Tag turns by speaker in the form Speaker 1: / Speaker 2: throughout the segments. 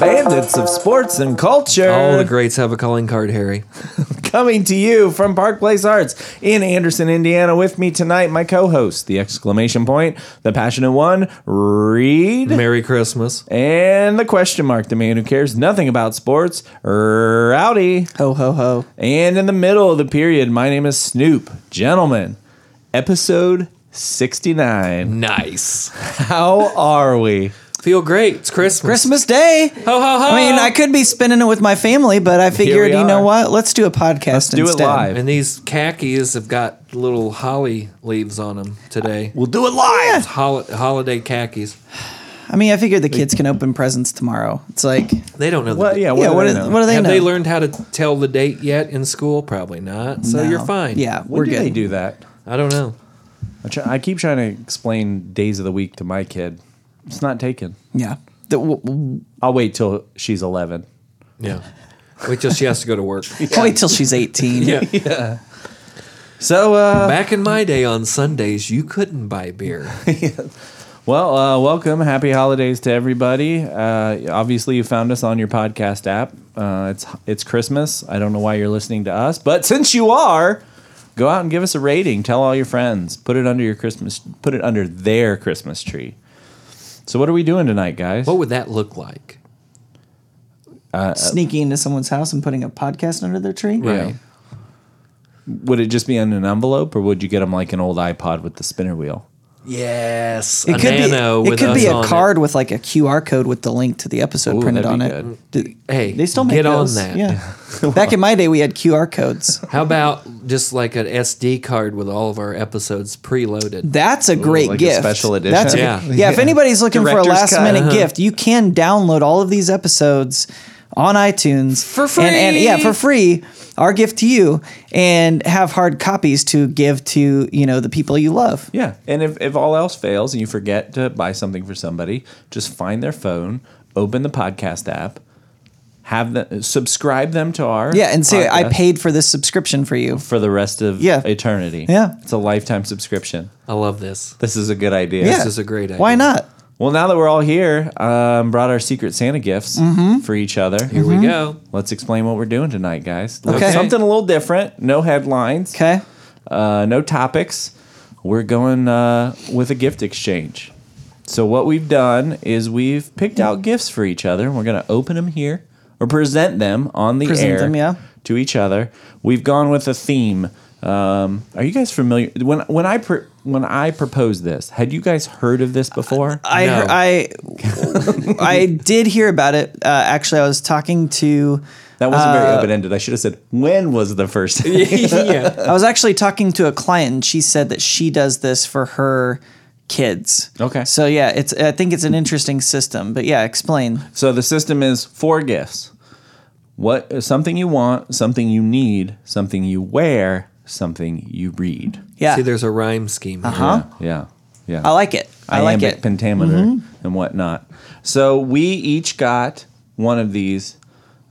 Speaker 1: Bandits of Sports and Culture.
Speaker 2: All the greats have a calling card, Harry.
Speaker 1: coming to you from Park Place Arts in Anderson, Indiana. With me tonight, my co-host, the exclamation point, the passionate one, Reed,
Speaker 2: Merry Christmas.
Speaker 1: and the question mark, the man who cares nothing about sports, Rowdy.
Speaker 3: Ho ho ho.
Speaker 1: And in the middle of the period, my name is Snoop. Gentlemen, episode 69.
Speaker 2: Nice.
Speaker 1: How are we?
Speaker 2: Feel great. It's Christmas.
Speaker 3: Christmas Day.
Speaker 2: Ho ho ho.
Speaker 3: I mean, I could be spending it with my family, but I figured,
Speaker 1: Oh. we
Speaker 3: you know
Speaker 1: are.
Speaker 3: what? Let's do a podcast
Speaker 1: Let's do it
Speaker 3: instead.
Speaker 1: live.
Speaker 2: and these khakis have got little holly leaves on them today.
Speaker 1: We'll do it live.
Speaker 2: It's hol- holiday khakis.
Speaker 3: I mean, I figured the kids can open presents tomorrow. It's like,
Speaker 2: They don't know. the
Speaker 1: What?
Speaker 2: date.
Speaker 1: Yeah. What?
Speaker 3: yeah,
Speaker 1: do
Speaker 3: what,
Speaker 1: they
Speaker 3: do-
Speaker 1: know?
Speaker 3: what do they
Speaker 2: Have
Speaker 3: know?
Speaker 2: they learned how to tell the date yet in school? Probably not. So
Speaker 3: No.
Speaker 2: you're fine.
Speaker 3: Yeah,
Speaker 1: When
Speaker 3: we're
Speaker 1: do
Speaker 3: good.
Speaker 1: they do that?
Speaker 2: I don't know.
Speaker 1: I, try, I keep trying to explain days of the week to my kid. It's not taken.
Speaker 3: Yeah. The- w- w-
Speaker 1: I'll wait till she's 11.
Speaker 2: Yeah. Wait till she has to go to work.
Speaker 3: Wait till she's 18.
Speaker 2: Yeah.
Speaker 1: So, uh,
Speaker 2: Back in my day on Sundays, you couldn't buy beer.
Speaker 1: well, uh, welcome. Happy holidays to everybody. Uh, obviously, you found us on your podcast app. Uh, it's it's Christmas. I don't know why you're listening to us, but since you are, go out and give us a rating. Tell all your friends. Put it under your Christmas. Put it under their Christmas tree. So, what are we doing tonight, guys?
Speaker 2: What would that look like?
Speaker 3: Sneaking into someone's house and putting a podcast under their tree.
Speaker 1: Yeah.
Speaker 2: Right.
Speaker 1: Would it just be in an envelope, or would you get them like an old iPod with the spinner wheel?
Speaker 2: Yes.
Speaker 3: It
Speaker 2: a
Speaker 3: could
Speaker 2: nano
Speaker 3: be. It
Speaker 2: with
Speaker 3: could
Speaker 2: us
Speaker 3: be a
Speaker 2: on it.
Speaker 3: card with like a QR code with the link to the episode
Speaker 1: Ooh,
Speaker 3: printed
Speaker 1: that'd be
Speaker 3: on it. Do-
Speaker 2: Hey,
Speaker 3: they still make
Speaker 2: get
Speaker 3: those.
Speaker 2: on that.
Speaker 3: Yeah. Back in my day, we had QR codes.
Speaker 2: How about just like an SD card with all of our episodes preloaded?
Speaker 3: That's a great
Speaker 1: like a
Speaker 3: gift.
Speaker 1: special edition?
Speaker 3: That's a-
Speaker 2: Yeah.
Speaker 3: yeah. If anybody's looking
Speaker 1: Director's
Speaker 3: for a last
Speaker 1: cut.
Speaker 3: minute
Speaker 1: Uh-huh.
Speaker 3: gift, you can download all of these episodes on iTunes
Speaker 2: For
Speaker 3: And, and yeah,
Speaker 2: free.
Speaker 3: for free. Our gift to you, and have hard copies to give to you know the people you love.
Speaker 1: Yeah. And if, if all else fails and you forget to buy something for somebody, just find their phone, open the podcast app, have them subscribe them to our
Speaker 3: Yeah, and say I
Speaker 1: podcast
Speaker 3: paid for this subscription for you.
Speaker 1: for the rest of
Speaker 3: Yeah.
Speaker 1: eternity.
Speaker 3: Yeah.
Speaker 1: It's a lifetime subscription.
Speaker 2: I love this.
Speaker 1: This is a good idea.
Speaker 3: Yeah.
Speaker 2: This is a great idea.
Speaker 3: Why not?
Speaker 1: Well, now that we're all here, um, brought our secret Santa gifts
Speaker 3: Mm-hmm.
Speaker 1: for each other.
Speaker 2: Here we go.
Speaker 1: Let's explain what we're doing tonight, guys. Look,
Speaker 3: Okay.
Speaker 1: Something a little different. No headlines.
Speaker 3: Okay.
Speaker 1: uh, no topics. We're going uh, with a gift exchange. So what we've done is we've picked
Speaker 3: Mm.
Speaker 1: out gifts for each other, and we're going to open them here or present them on the
Speaker 3: Present
Speaker 1: air
Speaker 3: them, yeah.
Speaker 1: to each other. We've gone with a theme. Um, are you guys familiar when when I pr- when I proposed this? Had you guys heard of this before?
Speaker 3: I
Speaker 2: No.
Speaker 3: I I did hear about it. Uh, actually, I was talking to
Speaker 1: that wasn't
Speaker 3: uh,
Speaker 1: very open ended. I should have said when was the first.
Speaker 2: yeah.
Speaker 3: I was actually talking to a client, and she said that she does this for her kids.
Speaker 1: Okay.
Speaker 3: So yeah, it's I think it's an interesting system, but yeah, explain.
Speaker 1: So the system is four gifts. What something you want, something you need, something you wear, something you read.
Speaker 3: Yeah, Uh-huh.
Speaker 2: See, there's a rhyme scheme. here.
Speaker 3: huh?
Speaker 1: Yeah. Yeah.
Speaker 3: I like it. I like
Speaker 1: Iambic
Speaker 3: it. Mm-hmm.
Speaker 1: pentameter and whatnot. So we each got one of these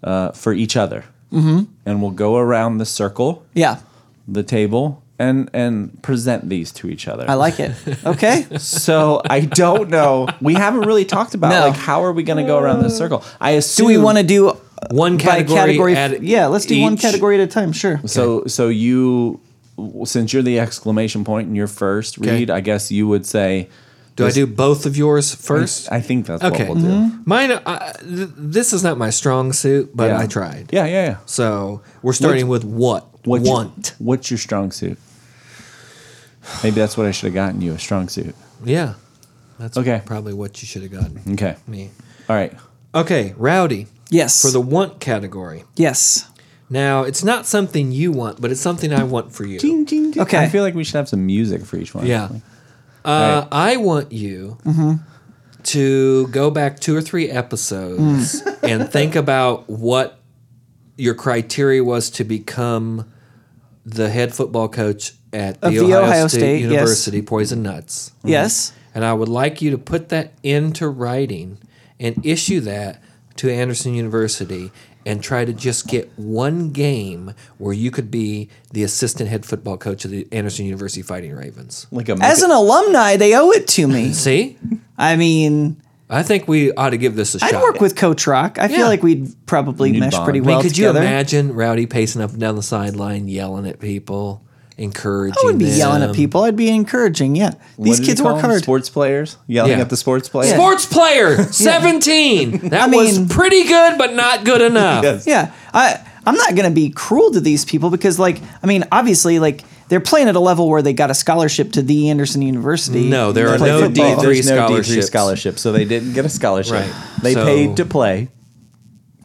Speaker 1: uh, for each other. Mm-hmm. And we'll go around the circle,
Speaker 3: yeah,
Speaker 1: the table, and and present these to each other.
Speaker 3: I like it. Okay.
Speaker 1: so I don't know. We haven't really talked about
Speaker 3: No. Mm.
Speaker 1: like how are we going to go around the circle. I
Speaker 3: Do
Speaker 1: assume
Speaker 3: we want to do uh,
Speaker 2: One
Speaker 3: by
Speaker 2: category.
Speaker 3: category?
Speaker 2: at
Speaker 3: yeah, let's do one
Speaker 2: each.
Speaker 3: category at a time. Sure.
Speaker 1: So so you since you're the exclamation point and you're first
Speaker 2: Okay.
Speaker 1: read, I guess you would say
Speaker 2: Do I do both of yours
Speaker 3: uh,
Speaker 2: first?
Speaker 1: I think that's
Speaker 2: Okay.
Speaker 1: what we'll do.
Speaker 2: Mine. Uh, th- this is not my strong suit, but
Speaker 1: Yeah.
Speaker 2: I tried.
Speaker 1: Yeah, yeah, yeah.
Speaker 2: So we're starting with what?
Speaker 1: What's your-
Speaker 2: want?
Speaker 1: what's your strong suit? Maybe that's what I should have gotten you, a strong suit.
Speaker 2: yeah. That's
Speaker 1: Okay.
Speaker 2: probably what you should have gotten
Speaker 1: Okay.
Speaker 2: me.
Speaker 1: All right.
Speaker 2: Okay, rowdy.
Speaker 3: Yes.
Speaker 2: For the want category.
Speaker 3: yes.
Speaker 2: Now, it's not something you want, but it's something I want for you.
Speaker 1: Ding, ding, ding.
Speaker 3: Okay.
Speaker 1: I feel like we should have some music for each one.
Speaker 2: Yeah. Uh, I want you
Speaker 3: Mm-hmm.
Speaker 2: to go back two or three episodes
Speaker 3: Mm.
Speaker 2: and think about what your criteria was to become the head football coach at the
Speaker 3: Of the
Speaker 2: Ohio,
Speaker 3: Ohio
Speaker 2: State,
Speaker 3: State, yes.
Speaker 2: University Poison Nuts.
Speaker 3: Yes.
Speaker 2: And I would like you to put that into writing and issue that to Anderson University and try to just get one game where you could be the assistant head football coach of the Anderson University Fighting Ravens.
Speaker 1: Like a
Speaker 3: As an alumni, they owe it to me.
Speaker 2: See?
Speaker 3: I mean,
Speaker 2: I think we ought to give this a
Speaker 3: I'd
Speaker 2: shot.
Speaker 3: work with Coach Rock. I
Speaker 2: Yeah.
Speaker 3: feel like we'd probably
Speaker 1: You'd
Speaker 3: mesh
Speaker 1: bond.
Speaker 3: pretty
Speaker 1: I
Speaker 2: I mean,
Speaker 3: well
Speaker 2: could
Speaker 3: together.
Speaker 2: you imagine Rowdy pacing up and down the sideline, yelling at people, encouraging?
Speaker 3: I wouldn't be
Speaker 2: them?
Speaker 3: yelling at people. I'd be encouraging. Yeah,
Speaker 1: What
Speaker 3: these
Speaker 1: did he
Speaker 3: kids
Speaker 1: call
Speaker 3: work
Speaker 1: them?
Speaker 3: hard.
Speaker 1: Sports players yelling
Speaker 2: Yeah.
Speaker 1: at the sports players.
Speaker 2: Sports player, seventeen. That
Speaker 3: I
Speaker 2: was
Speaker 3: mean-
Speaker 2: pretty good, but not good enough.
Speaker 1: Yes.
Speaker 3: Yeah, I I'm not gonna be cruel to these people because like I mean obviously like they're playing at a level where they got a scholarship to the Anderson University.
Speaker 2: No, there
Speaker 3: They
Speaker 2: are
Speaker 3: play
Speaker 2: no
Speaker 3: football.
Speaker 2: D3
Speaker 1: There's no D3
Speaker 2: scholarships.
Speaker 1: scholarship, so they didn't get a scholarship.
Speaker 2: Right.
Speaker 1: They
Speaker 2: So-
Speaker 1: paid to play,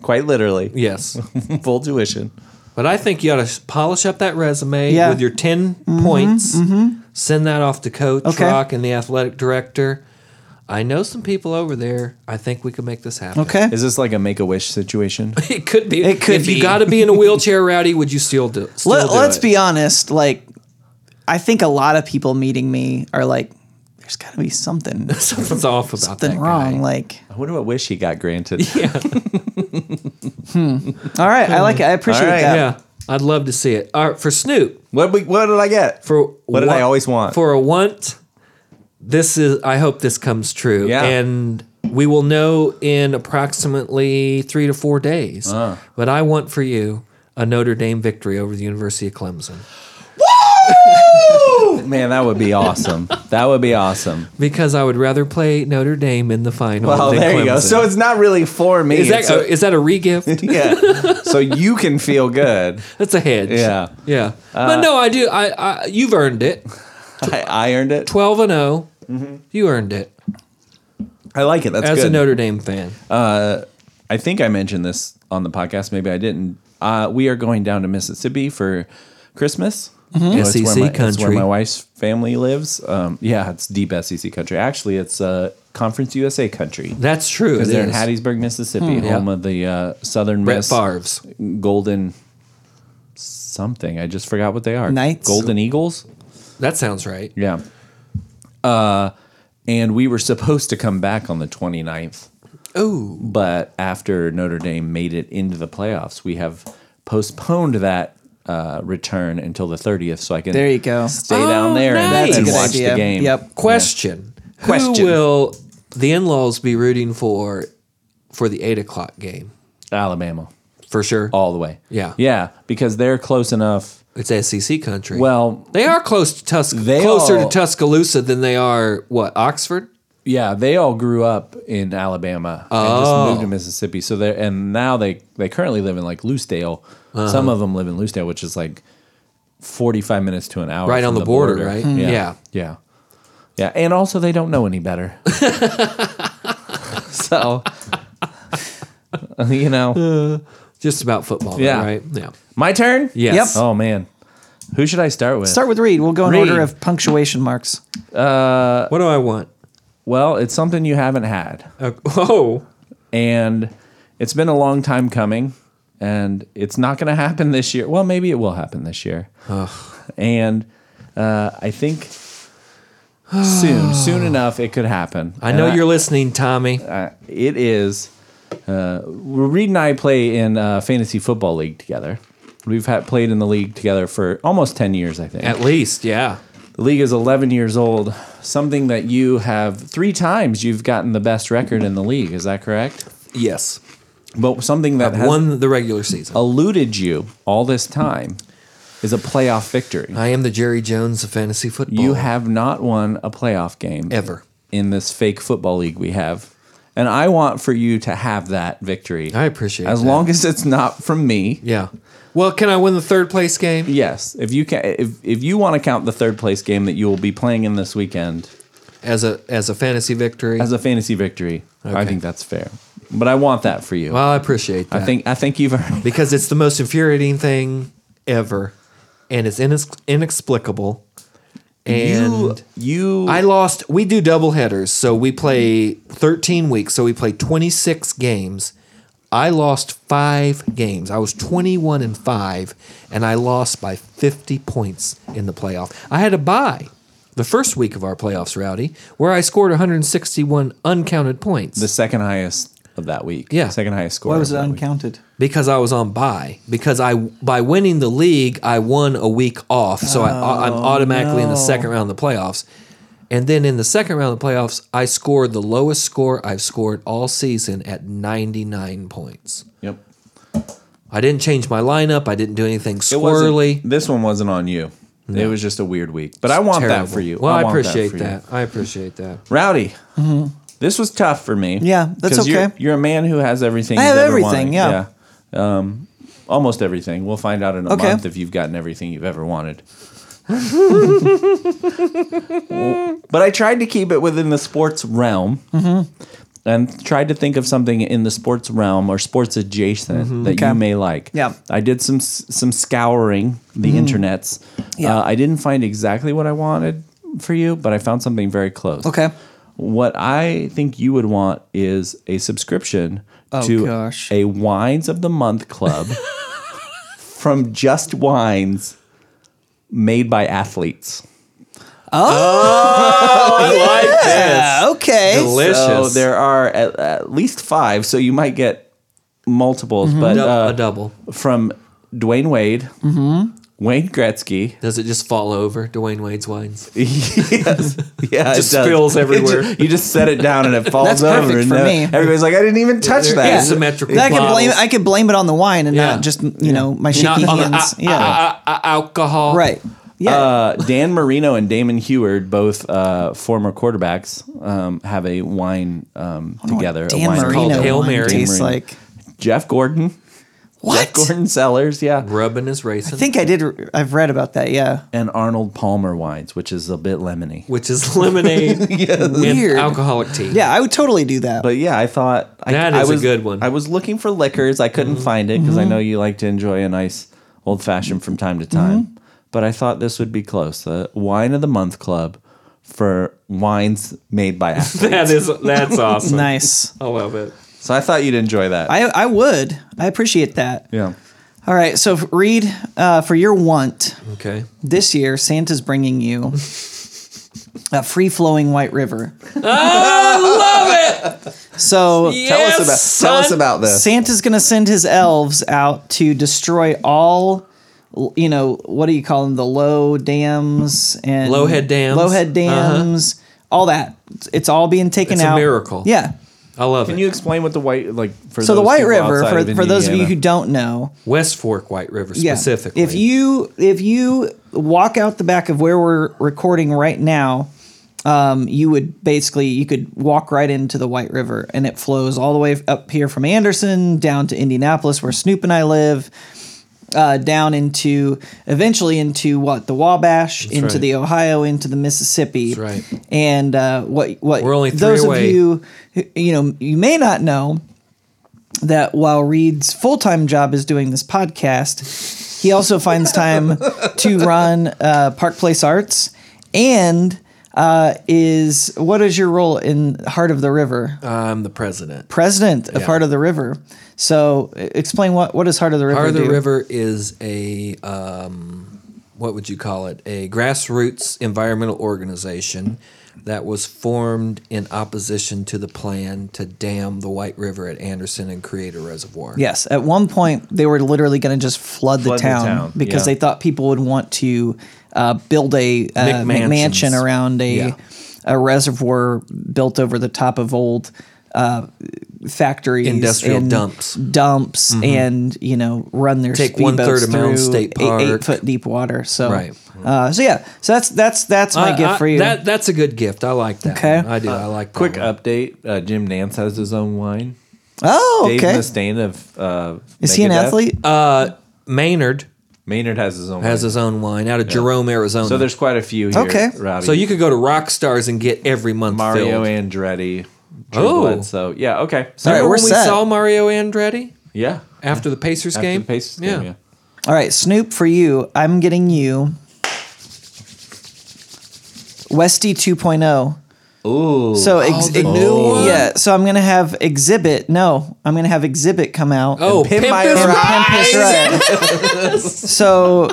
Speaker 1: quite literally.
Speaker 2: Yes,
Speaker 1: Full tuition.
Speaker 2: but I think you ought to polish up that resume
Speaker 3: Yeah. Mm-hmm,
Speaker 2: with your 10 points. Send that off to Coach
Speaker 3: Okay.
Speaker 2: Rock and the athletic director. I know some people over there. I think we could make this happen.
Speaker 3: Okay.
Speaker 1: Is this like a make a wish situation?
Speaker 2: It could be.
Speaker 3: It could
Speaker 2: if
Speaker 3: be.
Speaker 2: you got to be in a wheelchair, Rowdy, would you still do, still
Speaker 3: Let,
Speaker 2: do
Speaker 3: let's
Speaker 2: it?
Speaker 3: be honest. Like I think a lot of people meeting me are like, there's got to be something
Speaker 2: Something's off about
Speaker 3: something
Speaker 2: that
Speaker 3: wrong.
Speaker 2: guy.
Speaker 3: Like
Speaker 1: I wonder what wish he got granted.
Speaker 3: all right, I like it. I appreciate
Speaker 1: All right,
Speaker 3: that.
Speaker 2: Yeah, I'd love to see it. All right, for Snoop,
Speaker 1: What we, what did I get?
Speaker 2: for
Speaker 1: What did I always want?
Speaker 2: For a want, this is. I hope this comes true.
Speaker 1: Yeah.
Speaker 2: and we will know in approximately three to four days.
Speaker 1: Ah.
Speaker 2: But I want for you a Notre Dame victory over the University of Clemson
Speaker 1: Man, that would be awesome. that would be awesome.
Speaker 2: because I would rather play Notre Dame in the final.
Speaker 1: Well,
Speaker 2: than
Speaker 1: there you go.
Speaker 2: Clemson.
Speaker 1: So it's not really for me.
Speaker 2: is that
Speaker 1: It's a-
Speaker 2: oh, is that a regift?
Speaker 1: yeah. So you can feel good.
Speaker 2: That's a hedge.
Speaker 1: Yeah. Uh,
Speaker 2: yeah. but no, I do. I, I you've earned it.
Speaker 1: I, I earned it.
Speaker 2: Twelve and 0 You earned it
Speaker 1: I like it. That's
Speaker 2: as
Speaker 1: Mm-hmm. good.
Speaker 2: a Notre Dame fan.
Speaker 1: I think I mentioned this on the podcast. Maybe I didn't. Uh, we are going down to Mississippi for Christmas. You know, it's where
Speaker 2: SEC
Speaker 1: my- it's where
Speaker 2: country.
Speaker 1: my wife's family lives. Um, yeah, it's deep SEC country. Actually, it's uh, Conference USA country.
Speaker 2: That's true.
Speaker 1: Because
Speaker 2: it
Speaker 1: they're in
Speaker 2: is. Hmm,
Speaker 1: Hattiesburg, Mississippi, home
Speaker 2: Yeah.
Speaker 1: of the uh, Southern
Speaker 2: Brett
Speaker 1: Miss
Speaker 2: Favre's.
Speaker 1: Golden something. I just forgot what they are.
Speaker 3: Knights?
Speaker 1: Golden Eagles.
Speaker 2: That sounds right.
Speaker 1: Yeah. Uh, and we were supposed to come back on the 29th,
Speaker 2: Oh,
Speaker 1: but after Notre Dame made it into the playoffs, we have postponed that uh, return until the 30th so I can
Speaker 3: There you go.
Speaker 1: stay
Speaker 2: Oh,
Speaker 1: down there and-
Speaker 2: nice.
Speaker 1: and,
Speaker 2: That's a good
Speaker 1: watch
Speaker 3: idea.
Speaker 1: the game.
Speaker 3: Yep.
Speaker 2: question. Who
Speaker 1: Question.
Speaker 2: will the in-laws be rooting for for the eight o'clock game?
Speaker 1: Alabama,
Speaker 2: For sure.
Speaker 1: all the way.
Speaker 2: Yeah.
Speaker 1: Yeah, because they're close enough.
Speaker 2: It's SEC country.
Speaker 1: Well,
Speaker 2: they are close to Tusc-
Speaker 1: They
Speaker 2: closer
Speaker 1: all-
Speaker 2: to Tuscaloosa than they are what Oxford.
Speaker 1: Yeah, they all grew up in Alabama and
Speaker 2: Oh.
Speaker 1: just moved to Mississippi. So they are and now they they currently live in like Loosedale.
Speaker 2: Uh-huh.
Speaker 1: Some of them live in Loosedale, which is like forty five minutes to an hour,
Speaker 2: Right
Speaker 1: from
Speaker 2: on the border, right? Hmm.
Speaker 1: Yeah.
Speaker 2: Yeah.
Speaker 1: yeah, yeah, And also, they don't know any better. so you know,
Speaker 2: Just about football.
Speaker 1: Yeah.
Speaker 2: right. Yeah.
Speaker 1: my turn.
Speaker 2: Yes.
Speaker 3: Yep.
Speaker 1: Oh man, who should I start with?
Speaker 3: Start with Reed. We'll go in
Speaker 1: Reed.
Speaker 3: order of punctuation marks.
Speaker 1: Uh,
Speaker 2: What do I want?
Speaker 1: well, it's something you haven't had.
Speaker 2: Uh, oh,
Speaker 1: and it's been a long time coming and it's not going to happen this year well maybe it will happen this year and uh, i think soon soon enough it could happen
Speaker 2: I know
Speaker 1: And
Speaker 2: you're listening, Tommy.
Speaker 1: uh, it is uh, reed and i play in uh, fantasy football league together we've had played in the league together for almost 10 years i think
Speaker 2: At least, yeah.
Speaker 1: the league is 11 years old something that you have three times you've gotten the best record in the league is that correct
Speaker 2: Yes.
Speaker 1: but something that has Oh.
Speaker 2: Won the regular season.
Speaker 1: eluded you all this time is a playoff victory.
Speaker 2: I am the Jerry Jones of fantasy football.
Speaker 1: You have not won a playoff game
Speaker 2: Ever.
Speaker 1: in this fake football league we have. And I want for you to have that victory.
Speaker 2: I appreciate
Speaker 1: As
Speaker 2: that.
Speaker 1: long as it's not from me.
Speaker 2: Yeah. Well, can I win the third place game?
Speaker 1: Yes. If you can if, if you want to count the third place game that you will be playing in this weekend
Speaker 2: As a as a fantasy victory.
Speaker 1: as a fantasy victory, I
Speaker 2: Okay.
Speaker 1: think that's fair. But I want that for you.
Speaker 2: well, I appreciate that.
Speaker 1: I think I think you've earned
Speaker 2: because it's the most infuriating thing ever and it's inex- inexplicable. And
Speaker 1: you, you
Speaker 2: I lost we do double headers, so we play 13 weeks, so we play 26 games. I lost 5 games. I was 21 and 5 and I lost by 50 points in the playoff. I had a bye. The first week of our playoffs, Rowdy, where I scored 161 uncounted points.
Speaker 1: the second highest of that week.
Speaker 2: Yeah.
Speaker 1: Second highest score.
Speaker 3: Why
Speaker 1: of
Speaker 3: was it
Speaker 1: that week.
Speaker 3: uncounted?
Speaker 2: because I was on bye. Because I by winning the league, I won a week off, so I, I'm automatically in the
Speaker 3: Oh, no.
Speaker 2: second round of the playoffs. And then in the second round of the playoffs, I scored the lowest score I've scored all season at 99 points.
Speaker 1: Yep.
Speaker 2: I didn't change my lineup. I didn't do anything
Speaker 1: It wasn't-
Speaker 2: squirrely.
Speaker 1: This one wasn't on you. It was just a weird week. But I want
Speaker 2: Terrible.
Speaker 1: that for you.
Speaker 2: Well, I,
Speaker 1: want
Speaker 2: appreciate
Speaker 1: for you.
Speaker 2: that. I appreciate that.
Speaker 1: Rowdy, this was tough for me.
Speaker 3: Mm-hmm. Yeah, that's
Speaker 1: 'Cause You're,
Speaker 3: okay.
Speaker 1: you're a man who has everything.
Speaker 3: I
Speaker 1: you've
Speaker 3: have
Speaker 1: ever
Speaker 3: everything,
Speaker 1: wanted.
Speaker 3: yeah.
Speaker 1: Um, almost everything. We'll find out in a
Speaker 3: Okay.
Speaker 1: month if you've gotten everything you've ever wanted. but I tried to keep it within the sports realm.
Speaker 3: Mm-hmm.
Speaker 1: And tried to think of something in the sports realm or sports adjacent that
Speaker 3: Mm-hmm. Okay.
Speaker 1: you may like.
Speaker 3: Yeah. Mm-hmm.
Speaker 1: I did some s- some scouring the internets.
Speaker 3: Yeah.
Speaker 1: Uh, I didn't find exactly what I wanted for you, but I found something very close.
Speaker 3: Okay.
Speaker 1: What I think you would want is a subscription to
Speaker 3: gosh.
Speaker 1: a Wines of the Month club from Just Wines made by athletes.
Speaker 3: Yeah, okay.
Speaker 1: So there are at, at least five, so you might get multiples, but
Speaker 2: Du-
Speaker 1: uh,
Speaker 2: a double.
Speaker 1: from Dwayne Wade, Mm-hmm. Wayne Gretzky.
Speaker 2: Does it just fall over? Dwayne Wade's wines.
Speaker 1: yes. Yeah, it
Speaker 2: Just
Speaker 1: does.
Speaker 2: spills
Speaker 1: It
Speaker 2: everywhere.
Speaker 1: ju- you just set it down and it falls
Speaker 3: That's
Speaker 1: over.
Speaker 3: perfect
Speaker 1: and
Speaker 3: for
Speaker 1: uh,
Speaker 3: me.
Speaker 1: Everybody's like, I didn't even touch
Speaker 2: They're
Speaker 1: that.
Speaker 2: asymmetrical.
Speaker 3: Then I could
Speaker 2: bottles.
Speaker 3: blame I could blame it on the wine and
Speaker 2: Yeah.
Speaker 3: not just you know my shaky
Speaker 2: Not on the-
Speaker 3: hands.
Speaker 2: ah,
Speaker 3: yeah,
Speaker 2: ah, ah, ah, alcohol.
Speaker 3: right. Yeah,
Speaker 1: Uh, Dan Marino and Damon Heward, both uh, former quarterbacks, um, have a wine um, together. a
Speaker 3: Oh, Dan
Speaker 1: wine
Speaker 3: Marino
Speaker 2: called Hail
Speaker 3: wine
Speaker 2: Mary.
Speaker 3: tastes
Speaker 1: Dan Marino.
Speaker 3: like
Speaker 1: Jeff Gordon.
Speaker 3: what?
Speaker 1: Jeff Gordon Sellers, yeah.
Speaker 2: Rubbing is
Speaker 3: I
Speaker 2: racing,
Speaker 3: think I did. re- I've read about that. Yeah,
Speaker 1: And Arnold Palmer wines, which is a bit lemony.
Speaker 2: which is lemonade and
Speaker 3: Weird.
Speaker 2: alcoholic tea.
Speaker 3: yeah, I would totally do that.
Speaker 1: But yeah, I thought I,
Speaker 2: That
Speaker 1: I
Speaker 2: is a
Speaker 1: was,
Speaker 2: good one. Mm-hmm.
Speaker 1: I was looking for liquors. I couldn't find it
Speaker 3: Mm-hmm.
Speaker 1: because I know you like to enjoy a nice old fashioned from time to time.
Speaker 3: Mm-hmm.
Speaker 1: But I thought this would be close. The wine of the month club for wines made by athletes.
Speaker 2: That is that's awesome.
Speaker 3: nice.
Speaker 2: I love it.
Speaker 1: so I thought you'd enjoy that.
Speaker 3: I I would. I appreciate that.
Speaker 1: yeah.
Speaker 3: All right. So f- Reed, uh, for your want
Speaker 2: Okay.
Speaker 3: this year, Santa's bringing you a free flowing White River. I love it. So
Speaker 2: Yes,
Speaker 1: tell us about tell us
Speaker 2: son.
Speaker 1: about this.
Speaker 3: Santa's going to send his elves out to destroy all, you know, what do you call them? The low dams and
Speaker 2: Low head dams.
Speaker 3: low head dams, all that. It's all being taken
Speaker 2: It's a
Speaker 3: out.
Speaker 2: miracle.
Speaker 3: Yeah.
Speaker 2: I love
Speaker 1: Can
Speaker 2: it.
Speaker 1: you explain what the white like for
Speaker 3: So the
Speaker 1: those
Speaker 3: White
Speaker 1: people
Speaker 3: River,
Speaker 1: outside
Speaker 3: for, for those of you who
Speaker 1: Indiana?
Speaker 3: don't know,
Speaker 2: West Fork White River
Speaker 3: yeah,
Speaker 2: specifically.
Speaker 3: if you if you walk out the back of where we're recording right now, um, you would basically you could walk right into the White River, and it flows all the way up here from Anderson down to Indianapolis, where Snoop and I live, uh, down into eventually into what the Wabash, into
Speaker 2: right.
Speaker 3: the Ohio, into the Mississippi.
Speaker 2: That's right.
Speaker 3: And uh, what what
Speaker 2: We're only three
Speaker 3: those
Speaker 2: away.
Speaker 3: of you who- you know you may not know that while Reed's full time job is doing this podcast, he also finds time to run uh, Park Place Arts and uh, is what is your role in Heart of the River?
Speaker 2: I'm the president.
Speaker 3: President of
Speaker 2: Uh, Yeah.
Speaker 3: Heart of the River. So e- explain what what does Heart of the River
Speaker 2: Power of the
Speaker 3: do?
Speaker 2: River is a um, what would you call it? A grassroots environmental organization that was formed in opposition to the plan to dam the White River at Anderson and create a reservoir.
Speaker 3: Yes, at one point they were literally going to just flood,
Speaker 1: Flood the
Speaker 3: the, town
Speaker 1: town,
Speaker 3: because
Speaker 1: yeah.
Speaker 3: they thought people would want to uh, build a uh,
Speaker 2: McMansions.
Speaker 3: McMansion around a
Speaker 2: Yeah.
Speaker 3: a reservoir built over the top of old uh, factories,
Speaker 2: Industrial
Speaker 3: and
Speaker 2: dumps. Mm-hmm.
Speaker 3: dumps, and you know run their
Speaker 2: Take
Speaker 3: speedboats
Speaker 2: one-third of Mound
Speaker 3: through
Speaker 2: State Park.
Speaker 3: eight, eight foot deep water. So,
Speaker 2: Right.
Speaker 3: uh, so yeah, so that's that's that's my
Speaker 2: I-
Speaker 3: gift
Speaker 2: I-
Speaker 3: for you.
Speaker 2: Uh, That, that's a good gift. I like that.
Speaker 3: Okay.
Speaker 2: one. I do. I like that
Speaker 1: Quick
Speaker 2: one.
Speaker 1: update: uh, Jim Nance has his own wine.
Speaker 3: oh,
Speaker 1: Dave
Speaker 3: okay.
Speaker 1: Mustaine of uh,
Speaker 3: Is he an
Speaker 1: Megadeth.
Speaker 3: athlete?
Speaker 2: Uh, Maynard
Speaker 1: Maynard has his own.
Speaker 2: has
Speaker 1: wine.
Speaker 2: his own wine out of Jerome, Arizona.
Speaker 1: so there's quite a few here.
Speaker 3: Okay.
Speaker 1: Rowdy.
Speaker 2: So you could go to Rockstars and get every month
Speaker 1: Mario
Speaker 2: filled.
Speaker 1: Andretti.
Speaker 2: Oh.
Speaker 1: Oh, so yeah, okay. So
Speaker 3: All right,
Speaker 2: Remember
Speaker 3: we're
Speaker 2: when we
Speaker 3: set.
Speaker 2: saw Mario Andretti
Speaker 1: yeah,
Speaker 2: after the Pacers
Speaker 1: after
Speaker 2: game?
Speaker 1: the Pacers game, yeah.
Speaker 3: All right, Snoop, for you, I'm getting you Westy 2.0.
Speaker 1: Ooh,
Speaker 3: oh. So
Speaker 2: Oh,
Speaker 3: ex-
Speaker 2: the new one?
Speaker 3: yeah, so I'm gonna have Exhibit. No, I'm gonna have Exhibit come out.
Speaker 2: Oh,
Speaker 1: Pimp
Speaker 2: Pimp
Speaker 1: My
Speaker 2: is
Speaker 1: Ride.
Speaker 3: and
Speaker 2: Right.
Speaker 3: pimp his ride. so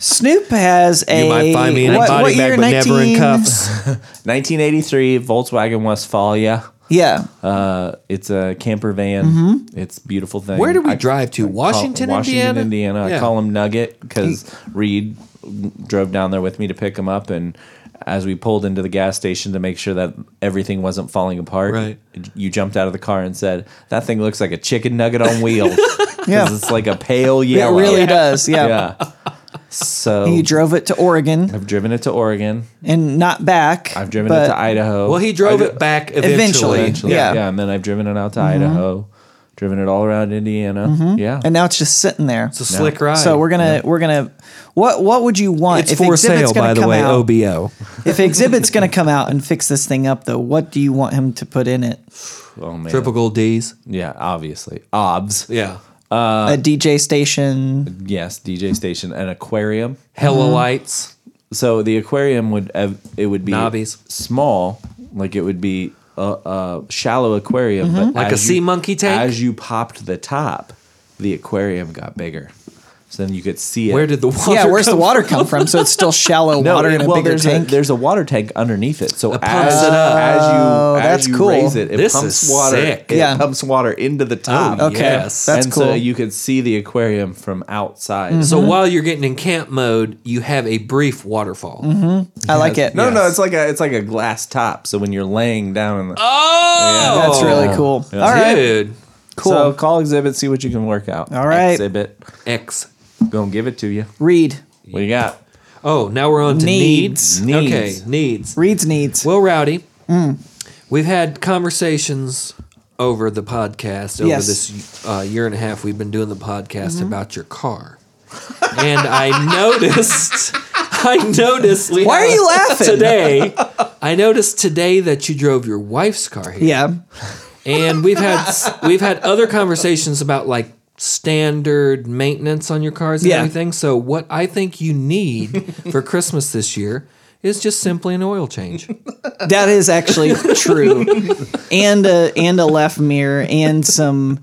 Speaker 3: Snoop has a.
Speaker 2: You might find me in a
Speaker 3: what,
Speaker 2: body
Speaker 3: what
Speaker 2: bag,
Speaker 3: year?
Speaker 2: but never in
Speaker 3: 19
Speaker 2: cuffs.
Speaker 1: 1983 Volkswagen Westfalia.
Speaker 3: Yeah,
Speaker 1: Uh, it's a camper van.
Speaker 3: Mm-hmm.
Speaker 1: It's a beautiful thing.
Speaker 2: Where did we
Speaker 1: I
Speaker 2: drive to?
Speaker 1: call-
Speaker 2: Washington,
Speaker 1: Washington,
Speaker 2: Indiana.
Speaker 1: Indiana. I
Speaker 2: Yeah.
Speaker 1: call him Nugget because Reed drove down there with me to pick him up, and as we pulled into the gas station to make sure that everything wasn't falling apart,
Speaker 2: Right.
Speaker 1: you jumped out of the car and said, "That thing looks like a chicken nugget on wheels." 'Cause
Speaker 3: Yeah.
Speaker 1: it's like a pale
Speaker 3: It
Speaker 1: yellow.
Speaker 3: really does. Yeah.
Speaker 1: yeah. So
Speaker 3: He drove it to Oregon
Speaker 1: I've driven it to Oregon.
Speaker 3: and not back.
Speaker 1: I've driven
Speaker 3: but
Speaker 1: it to Idaho.
Speaker 2: Well, he drove
Speaker 1: I dri-
Speaker 2: it back
Speaker 3: Eventually.
Speaker 2: eventually.
Speaker 1: eventually.
Speaker 3: Yeah.
Speaker 1: Yeah. and then I've driven it out to Idaho, driven it all around Indiana. Yeah,
Speaker 3: And now it's just sitting there.
Speaker 2: It's a slick ride.
Speaker 3: So we're gonna we're gonna what what would you want
Speaker 2: it's for sale,
Speaker 3: gonna
Speaker 2: by the
Speaker 3: come
Speaker 2: way.
Speaker 3: out?
Speaker 2: OBO.
Speaker 3: if exhibit's gonna come out and fix this thing up though, what do you want him to put in it?
Speaker 1: oh man,
Speaker 2: Triple gold D's.
Speaker 1: yeah, obviously, obs,
Speaker 2: Yeah.
Speaker 3: a DJ station.
Speaker 1: yes, DJ station, an aquarium.
Speaker 2: Hella lights.
Speaker 1: So the aquarium would ev- it would be
Speaker 2: Knobbies.
Speaker 1: small, like it would be a, a shallow aquarium, but
Speaker 2: Mm-hmm. Like a
Speaker 1: as
Speaker 2: sea
Speaker 1: you-
Speaker 2: monkey tank?
Speaker 1: As you popped the top, the aquarium got bigger. So then you could see it.
Speaker 2: Where did the water
Speaker 3: Yeah, where's the
Speaker 2: come
Speaker 3: water come from? So it's still shallow
Speaker 1: No,
Speaker 3: water
Speaker 1: it-
Speaker 3: in a
Speaker 1: well,
Speaker 3: bigger
Speaker 1: there's
Speaker 3: tank.
Speaker 1: A, there's a water tank underneath it, so
Speaker 2: pumps
Speaker 1: as,
Speaker 2: it up.
Speaker 1: as you as
Speaker 3: Oh, that's
Speaker 1: you
Speaker 3: cool.
Speaker 1: raise it, it
Speaker 2: This
Speaker 1: pumps
Speaker 2: is
Speaker 1: water.
Speaker 2: sick.
Speaker 1: It
Speaker 3: Yeah.
Speaker 1: pumps water into the top.
Speaker 2: Oh,
Speaker 3: okay,
Speaker 2: yes.
Speaker 3: that's
Speaker 1: and
Speaker 3: cool.
Speaker 1: so you could see the aquarium from outside.
Speaker 2: So
Speaker 3: Mm-hmm.
Speaker 2: while you're getting in camp mode, you have a brief waterfall.
Speaker 3: Mm-hmm. I like it.
Speaker 1: No,
Speaker 2: Yes.
Speaker 1: no, it's like a it's like a glass top. So when you're laying down in the
Speaker 2: Oh,
Speaker 3: That's really cool. All right.
Speaker 2: dude.
Speaker 3: Cool.
Speaker 1: so call exhibit, see what you can work out.
Speaker 3: All right.
Speaker 1: exhibit,
Speaker 2: X.
Speaker 1: gonna give it to you.
Speaker 3: Reed.
Speaker 1: What do you got?
Speaker 2: Oh, now we're on to
Speaker 3: Needs. Mm.
Speaker 2: needs.
Speaker 1: Needs.
Speaker 2: Okay, needs.
Speaker 3: Reed's needs.
Speaker 2: Well, Rowdy, we've had conversations over the podcast over
Speaker 3: Yes. Mm-hmm.
Speaker 2: this uh, year and a half. We've been doing the podcast about your car, and I noticed. I noticed. we
Speaker 3: Why are
Speaker 2: have-
Speaker 3: you laughing?
Speaker 2: today? I noticed today that you drove your wife's car here.
Speaker 3: yeah.
Speaker 2: and we've had we've had other conversations about like standard maintenance on your cars and
Speaker 3: Yeah.
Speaker 2: everything. So what I think you need for Christmas this year is just simply an oil change.
Speaker 3: That is actually true. And a and a left mirror and some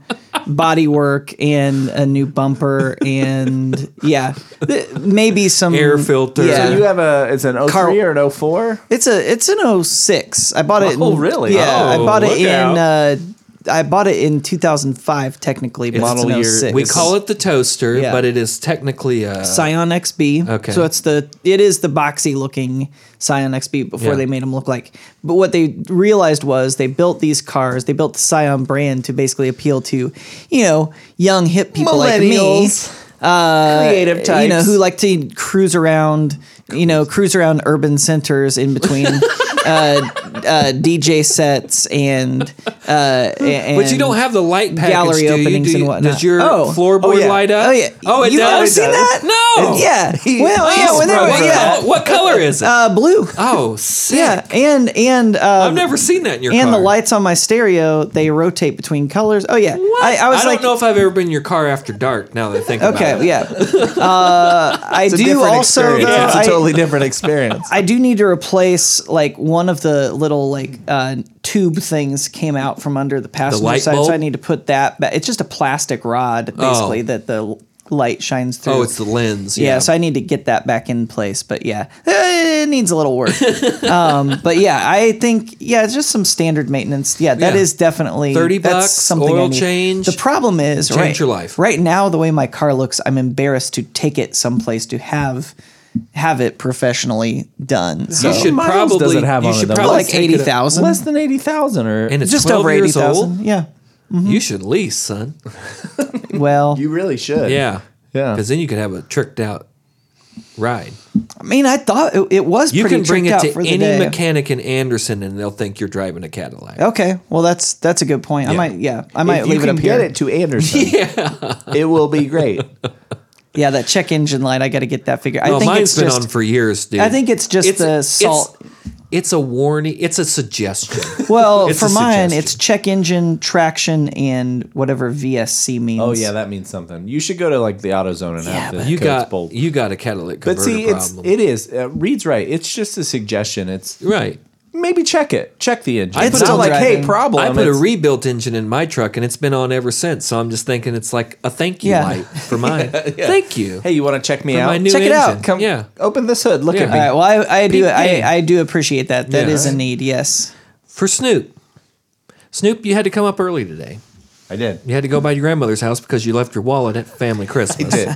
Speaker 3: body work and a new bumper and yeah. Th- Maybe some
Speaker 2: Air filter.
Speaker 3: Yeah.
Speaker 1: So you have a it's an 03
Speaker 3: Carl-
Speaker 1: or an 04?
Speaker 3: It's a it's an 06. I bought it. In,
Speaker 1: Oh, really?
Speaker 3: Yeah, I
Speaker 2: Oh,
Speaker 3: bought it
Speaker 1: look
Speaker 3: in.
Speaker 1: out.
Speaker 3: Uh, I bought it in 2005, technically. But
Speaker 1: Model
Speaker 3: it's an
Speaker 1: year-
Speaker 3: 06.
Speaker 2: We call it the toaster,
Speaker 3: Yeah.
Speaker 2: but it is technically a
Speaker 3: Scion XB.
Speaker 2: Okay.
Speaker 3: So it's the it is the boxy looking Scion XB before
Speaker 2: Yeah.
Speaker 3: they made them look like. But what they realized was they built these cars. They built the Scion brand to basically appeal to, you know, young hip people like me.
Speaker 1: Millennials.
Speaker 3: Uh,
Speaker 1: Creative
Speaker 3: you know,
Speaker 1: types.
Speaker 3: who like to cruise around, you know, cruise around urban centers in between uh, uh, DJ sets and, uh, a- and
Speaker 2: but you don't have the light package,
Speaker 3: gallery
Speaker 2: do you?
Speaker 3: openings
Speaker 2: Do you-
Speaker 3: and whatnot.
Speaker 2: Does your
Speaker 3: Oh.
Speaker 2: floorboard
Speaker 1: Oh, yeah.
Speaker 2: light up?
Speaker 3: Oh yeah!
Speaker 2: Oh, it
Speaker 3: you haven't
Speaker 2: does.
Speaker 3: seen that?
Speaker 2: No.
Speaker 3: Yeah. Well, yeah.
Speaker 2: What,
Speaker 3: When they
Speaker 1: bro,
Speaker 3: were,
Speaker 1: what
Speaker 3: yeah.
Speaker 2: color, what color is it?
Speaker 3: Uh, blue.
Speaker 2: oh, sick.
Speaker 3: Yeah, and and uh,
Speaker 2: I've never seen that in your
Speaker 3: and
Speaker 2: car.
Speaker 3: the lights on my stereo they rotate between colors. Oh yeah,
Speaker 2: What?
Speaker 3: I, I was
Speaker 2: don't
Speaker 3: like,
Speaker 2: know if I've ever been in your car after dark. Now that I think about it.
Speaker 3: okay, yeah. Uh, I do
Speaker 1: different
Speaker 3: also though,
Speaker 1: experience. it's a
Speaker 3: I,
Speaker 1: totally different experience.
Speaker 3: I do need to replace like one of the little like uh, tube things came out from under the passenger
Speaker 2: light
Speaker 3: side,
Speaker 2: bulb?
Speaker 3: so I need to put that. back. It's just a plastic rod basically
Speaker 2: Oh.
Speaker 3: that the l- light shines through.
Speaker 2: Oh, it's the lens.
Speaker 3: yeah.
Speaker 2: Yeah.
Speaker 3: so I need to get that back in place. But yeah, eh, it needs a little work. um, but yeah, I think yeah, it's just some standard maintenance. Yeah, that is
Speaker 2: Yeah.
Speaker 3: definitely
Speaker 2: 30
Speaker 3: that's
Speaker 2: bucks,
Speaker 3: Something I
Speaker 2: oil
Speaker 3: need.
Speaker 2: change.
Speaker 3: The problem is
Speaker 2: Change
Speaker 3: right,
Speaker 2: your life.
Speaker 3: Right now, the way my car looks, I'm embarrassed to take it someplace to have have it professionally done. So
Speaker 2: you should
Speaker 1: miles does
Speaker 2: probably.
Speaker 1: it have
Speaker 2: you
Speaker 1: on it,
Speaker 2: should
Speaker 1: though?
Speaker 2: probably
Speaker 3: like
Speaker 2: take it
Speaker 3: eighty
Speaker 2: up-
Speaker 1: Less
Speaker 3: thousand,
Speaker 1: than 80,000 or
Speaker 2: And it's
Speaker 3: just
Speaker 2: 12
Speaker 3: over eighty
Speaker 2: years old.
Speaker 3: thousand. Yeah. Mm-hmm.
Speaker 2: You should lease, son.
Speaker 3: Well,
Speaker 1: you really should.
Speaker 2: Yeah.
Speaker 1: Yeah.
Speaker 2: Because then you could have a tricked out ride.
Speaker 3: I mean, I thought it, it was
Speaker 2: You
Speaker 3: pretty
Speaker 2: can bring
Speaker 3: tricked
Speaker 2: it
Speaker 3: out
Speaker 2: to
Speaker 3: for the
Speaker 2: any
Speaker 3: day.
Speaker 2: mechanic in Anderson, and they'll think you're driving a Cadillac.
Speaker 3: Okay, well that's that's a good point. I
Speaker 2: Yeah.
Speaker 3: might yeah, I might
Speaker 1: if
Speaker 3: leave
Speaker 1: you can
Speaker 3: it up
Speaker 1: get
Speaker 3: here.
Speaker 1: it to Anderson, it will be great.
Speaker 3: Yeah, that check engine light. I got to get that figured. I
Speaker 2: Well,
Speaker 3: think
Speaker 2: mine's
Speaker 3: it's
Speaker 2: been
Speaker 3: just.
Speaker 2: on for years, dude.
Speaker 3: I think it's just the salt.
Speaker 2: It's, it's a warning. It's a suggestion.
Speaker 3: well,
Speaker 2: it's
Speaker 3: for
Speaker 2: a
Speaker 3: mine,
Speaker 2: suggestion.
Speaker 3: it's check engine traction and whatever VSC means.
Speaker 1: Oh yeah, that means something. You should go to like the AutoZone and
Speaker 3: Yeah,
Speaker 1: have the
Speaker 3: but-
Speaker 2: you
Speaker 1: codes
Speaker 2: got
Speaker 1: bold.
Speaker 2: you got a catalytic
Speaker 1: But
Speaker 2: converter
Speaker 1: see, it's
Speaker 2: problem.
Speaker 1: it is. Uh, Reed's right. It's just a suggestion. It's
Speaker 2: right.
Speaker 1: maybe check it. Check the engine.
Speaker 2: I
Speaker 1: it's
Speaker 2: put
Speaker 1: not
Speaker 2: it-
Speaker 1: like hey
Speaker 3: driving.
Speaker 1: problem.
Speaker 2: I put a
Speaker 1: It's-
Speaker 2: rebuilt engine in my truck, and it's been on ever since. So I'm just thinking it's like a thank you
Speaker 3: Yeah.
Speaker 2: light for mine.
Speaker 1: yeah.
Speaker 2: Thank you.
Speaker 1: Hey, you want to check me
Speaker 2: for
Speaker 1: out?
Speaker 2: my new
Speaker 3: Check it out.
Speaker 2: engine.
Speaker 1: Come,
Speaker 2: yeah.
Speaker 1: open this hood. Look
Speaker 2: Yeah.
Speaker 1: at
Speaker 3: All
Speaker 1: me.
Speaker 3: right. Well, I, I do.
Speaker 2: Peep game.
Speaker 3: I, I do appreciate that. That
Speaker 2: Yeah.
Speaker 3: is a need. Yes.
Speaker 2: For Snoop. Snoop, you had to come up early today.
Speaker 1: I did.
Speaker 2: You had to go by your grandmother's house because you left your wallet at family Christmas.
Speaker 1: Did.